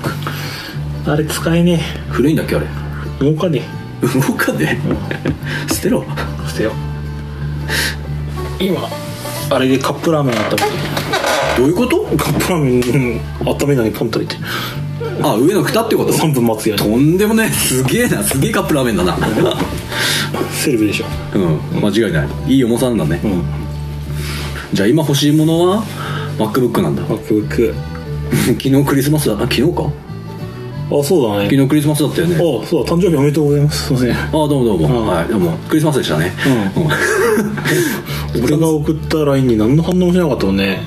B: あれ使えね
A: 古いんだっけあれ
B: え動かね
A: 動かねえ捨てろ
B: え捨てよう今あれでカップラーメン温めて
A: どういうこと
B: カップラーメンうん温めるのにポンと置いて
A: あ上の蓋ってこと
B: 3分待つよ
A: とんでもねえすげえなすげえカップラーメンだな
B: セルフでしょ
A: うん間違いないいい重さなんだね
B: うん
A: じゃあ今欲しいものは MacBook なんだ
B: MacBook
A: 昨日クリスマスだあ昨日か
B: あそうだね
A: 昨日クリスマスだったよね
B: あそうだ誕生日おめでとうございますすいません
A: あどうもどうも、
B: うん
A: はいどうもクリスマスでしたねうん、
B: 俺が送った LINE に何の反応もしなかったもんね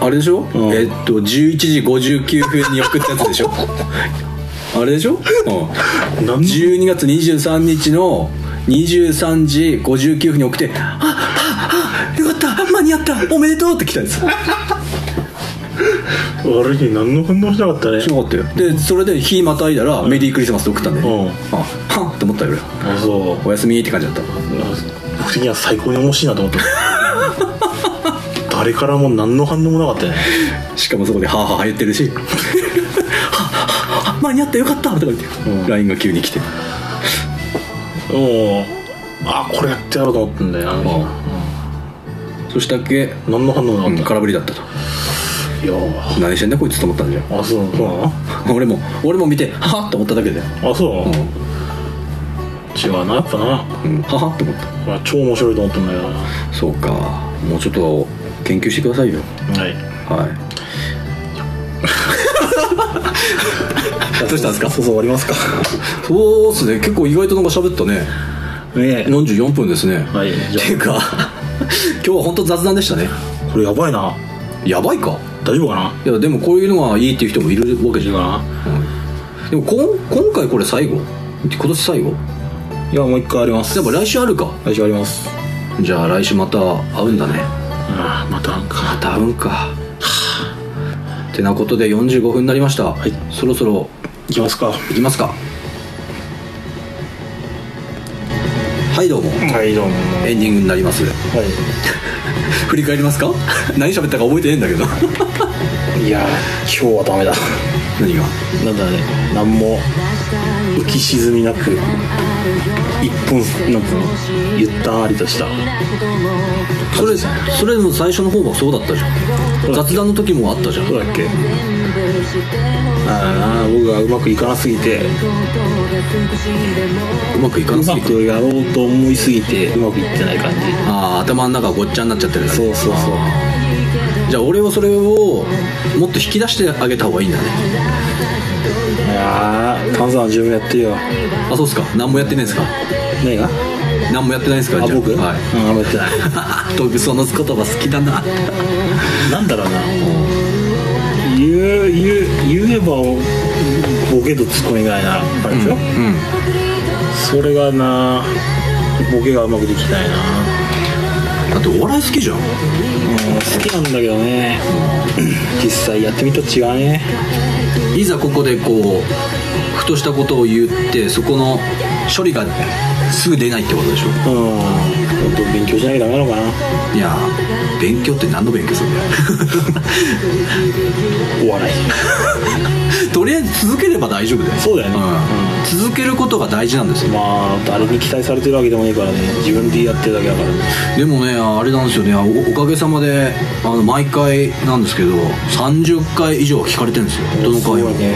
A: あれでしょ、
B: ん
A: えっと11時59分に送ったやつで しょあれでしょ、うん、
B: 何
A: 12月23日の23時59分に送って「あああよかった間に合ったおめでとう」って来たんですよ
B: 悪いに何の反応もしなかったね
A: しなかったよでそれで日またいだら、メリークリスマスって送ったんで、
B: うん
A: あはっって思ったよ俺
B: あそう
A: おやすみって感じだった
B: 僕的には最高に面白いなと思った 誰からも何の反応もなかったよね
A: しかもそこで「はあはあ」言ってるし「 はあはあはあ間に合ったよかった」とか言って
B: うん
A: LINE、が急に来て
B: もうあこれやってやろうと思ったんだよあの日
A: そしたっけ、
B: 何の反応も
A: う
B: なか
A: ん、
B: った、
A: 空振りだったと
B: いやー
A: 何してんだこいつと思ったんじゃん
B: あそうそうなの
A: 俺も俺も見てはっと思っただけだよ、
B: あそうなの、
A: う
B: 違うなやっぱな
A: うん、
B: ん
A: ははっと思った
B: これは超面白いと思ったんだよなは
A: そうかもうちょっと研究してくださいよ
B: い
A: はいどうしたんですか
B: そうそう終わりますか
A: そうっすね結構意外となんか喋ったね
B: ねえ
A: 44分ですね、
B: はい
A: っていうか今日は本当雑談でしたね
B: これやばいな
A: やばいか
B: 大丈夫かない
A: やでもこういうのがいいっていう人もいるわけ
B: 大
A: じゃん、
B: 丈夫かな
A: でもこん今回これ最後今年最後
B: いやもう一回あります
A: やっぱ来週あるか
B: 来週あります
A: じゃあ来週また会うんだね
B: ああまたなん
A: ま
B: か
A: た会うんかてなことで45分になりました、
B: い
A: そろそろ
B: いきますかはい
A: きますかはいどうも
B: いどうも
A: エンディングになります
B: は
A: 振り返りますか 何喋ったか覚えてねえんだけ ど
B: いいやー今日はダメだ
A: 何が
B: なんだね何も浮き沈みなく一本なんかゆったりとした
A: それそれの最初の方もそうだったじゃん雑談の時もあったじゃん
B: そうだっけああ僕がうまくいかなすぎて
A: うまくいか
B: う
A: なす
B: ま
A: ぎ
B: く
A: て
B: やろうと思いすぎてうまくいってない感じ
A: ああ頭の中がごっちゃになっちゃってる
B: そうそうそう
A: じゃあ俺はそれをもっと引き出してあげた方がいいんだね
B: いやー炭酸十分やってるよ
A: あそうっすか何もやってないですか
B: 何が
A: 何もやってないですか
B: あ
A: じゃ
B: 僕、
A: はい
B: うんあんまやってない
A: 特その言葉好きだな
B: なんだろうな言う言う言えばボケとツッコミぐらいなあれでしょ、
A: うん
B: それがなボケがうまくできない
A: だ
B: な
A: ってお笑い好きじゃん
B: うん好きなんだけどね実際やってみたら違うね
A: いざここでこうふとしたことを言ってそこの処理がすぐ出ないってことでしょ
B: うん本当勉強しなきゃダメなのかない
A: やー勉強って何の勉強するんだよ
B: お笑い
A: とりあえず続ければ大丈夫だよ
B: そうだよね
A: ん続けることが大事なんですよ
B: まあ誰に期待されてるわけでもないからね自分でやってるだけだからね
A: でもねあれなんですよねおおかげさまであの毎回なんですけど30回以上聞かれてるんですよどの回
B: すご
A: も
B: いね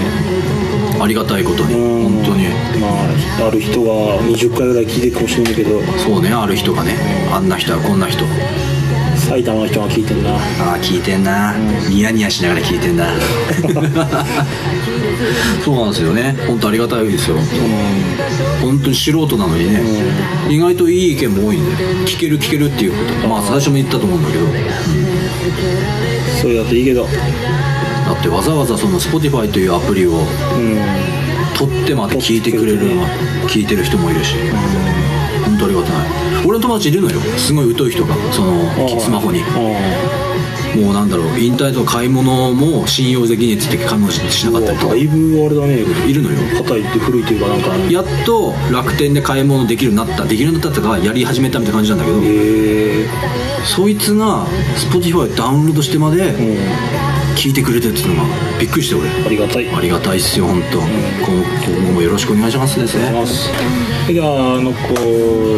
A: ありがたいことに
B: うん
A: 本当に
B: まあある人が20回ぐらい聞いてるかもしれないけど
A: そうねある人がねあんな人はこんな人
B: 埼玉の人が聞いてるな
A: ああ聞いてんなニヤニヤしながら聞いてんな そうなんですよね本当ありがたいですよ本当に素人なのにね意外といい意見も多いんで聞ける聞けるっていうことまあ最初も言ったと思うんだけど
B: それだといいけど
A: だってわざわざその Spotify というアプリを
B: うん
A: 取ってまで聞いてくれる聞いてる人もいるし本当ありがたい俺の友達いるのよすごい疎い人がそのスマホに
B: う
A: もうなんだろうインターネットの買い物も信用できねえっつって買い物しなんか
B: う
A: っ
B: わ
A: たりと
B: だ
A: か
B: いぶあれだね
A: いるのよ
B: 硬いって古いというかなんか
A: やっと楽天で買い物できるようになったできるようになったとかやり始めたみたいな感じなんだけど
B: ええ
A: そいつが Spotify ダウンロードしてまで聞いてくれてるっていうのがびっくりして俺
B: ありがたい
A: ありがたいっすよ本当今今後もよろしくお願いしますですね
B: じゃあ残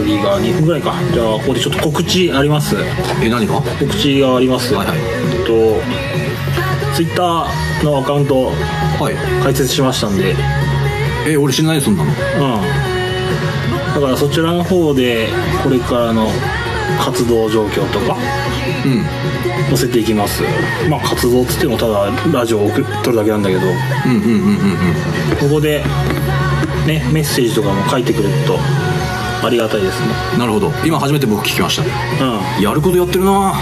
B: りが2分ぐらいかじゃあここでちょっと告知あります
A: え何がは
B: 告知があります
A: はいはい
B: えっとツイッターのアカウント
A: い
B: 開設しましたんでうん
A: え俺知らないよそんなの
B: だからそちらの方でこれからの活動状況とか
A: うん
B: 載せていきますまあ活動っつってもただラジオを送っとるだけなんだけど
A: うんうんうんうんうん
B: ここでねメッセージとかも書いてくれるとありがたいですね
A: なるほど今初めて僕聞きました
B: うん
A: やることやってるな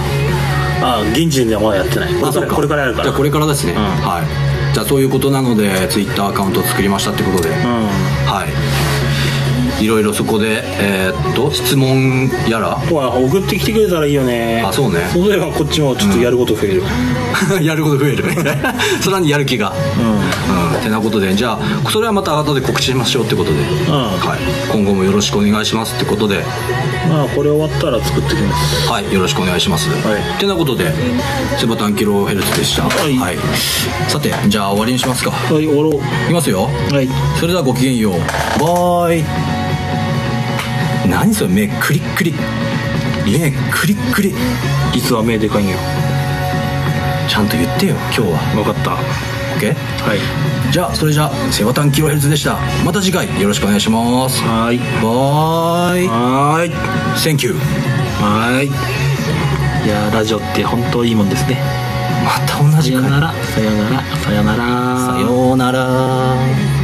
B: あ現時点ではまだやってないこれ
A: そ
B: か
A: う
B: らこれからやるから
A: じゃあこれからですね、
B: ん
A: はいじゃあそういうことなのでツイッターアカウントを作りましたってことで、
B: う
A: はいいろいろそこでえーっと質問やら
B: んほら送ってきてくれたらいいよね
A: あそうね
B: そうすればこっちもちょっとやること増える
A: やること増える さらにやる気が
B: うん、
A: うん、てなことでじゃあそれはまた後で告知しましょうってことで、はい、今後もよろしくお願いしますってことで
B: まあこれ終わったら作ってきます
A: はいよろしくお願いします、
B: はい
A: てなことでセバタンキロヘルツでした、
B: はい
A: さてじゃあ終わりにしますか
B: はい終わろう
A: いきますよ
B: はい
A: それではごきげんようバーイ何それ目クリックリ目クリックリ
B: 実は目でかいんよ
A: ちゃんと言ってよ今日は
B: 分かった
A: OK
B: はい
A: じゃあそれじゃあセバタンキロヘルツでしたまた次回よろしくお願いします
B: はーい
A: バーイ
B: はーい
A: センキュー
B: はーいいやーラジオって本当いいもんですね
A: また同
B: さ
A: じ
B: よ
A: 回
B: ならさよならさよなら
A: さようなら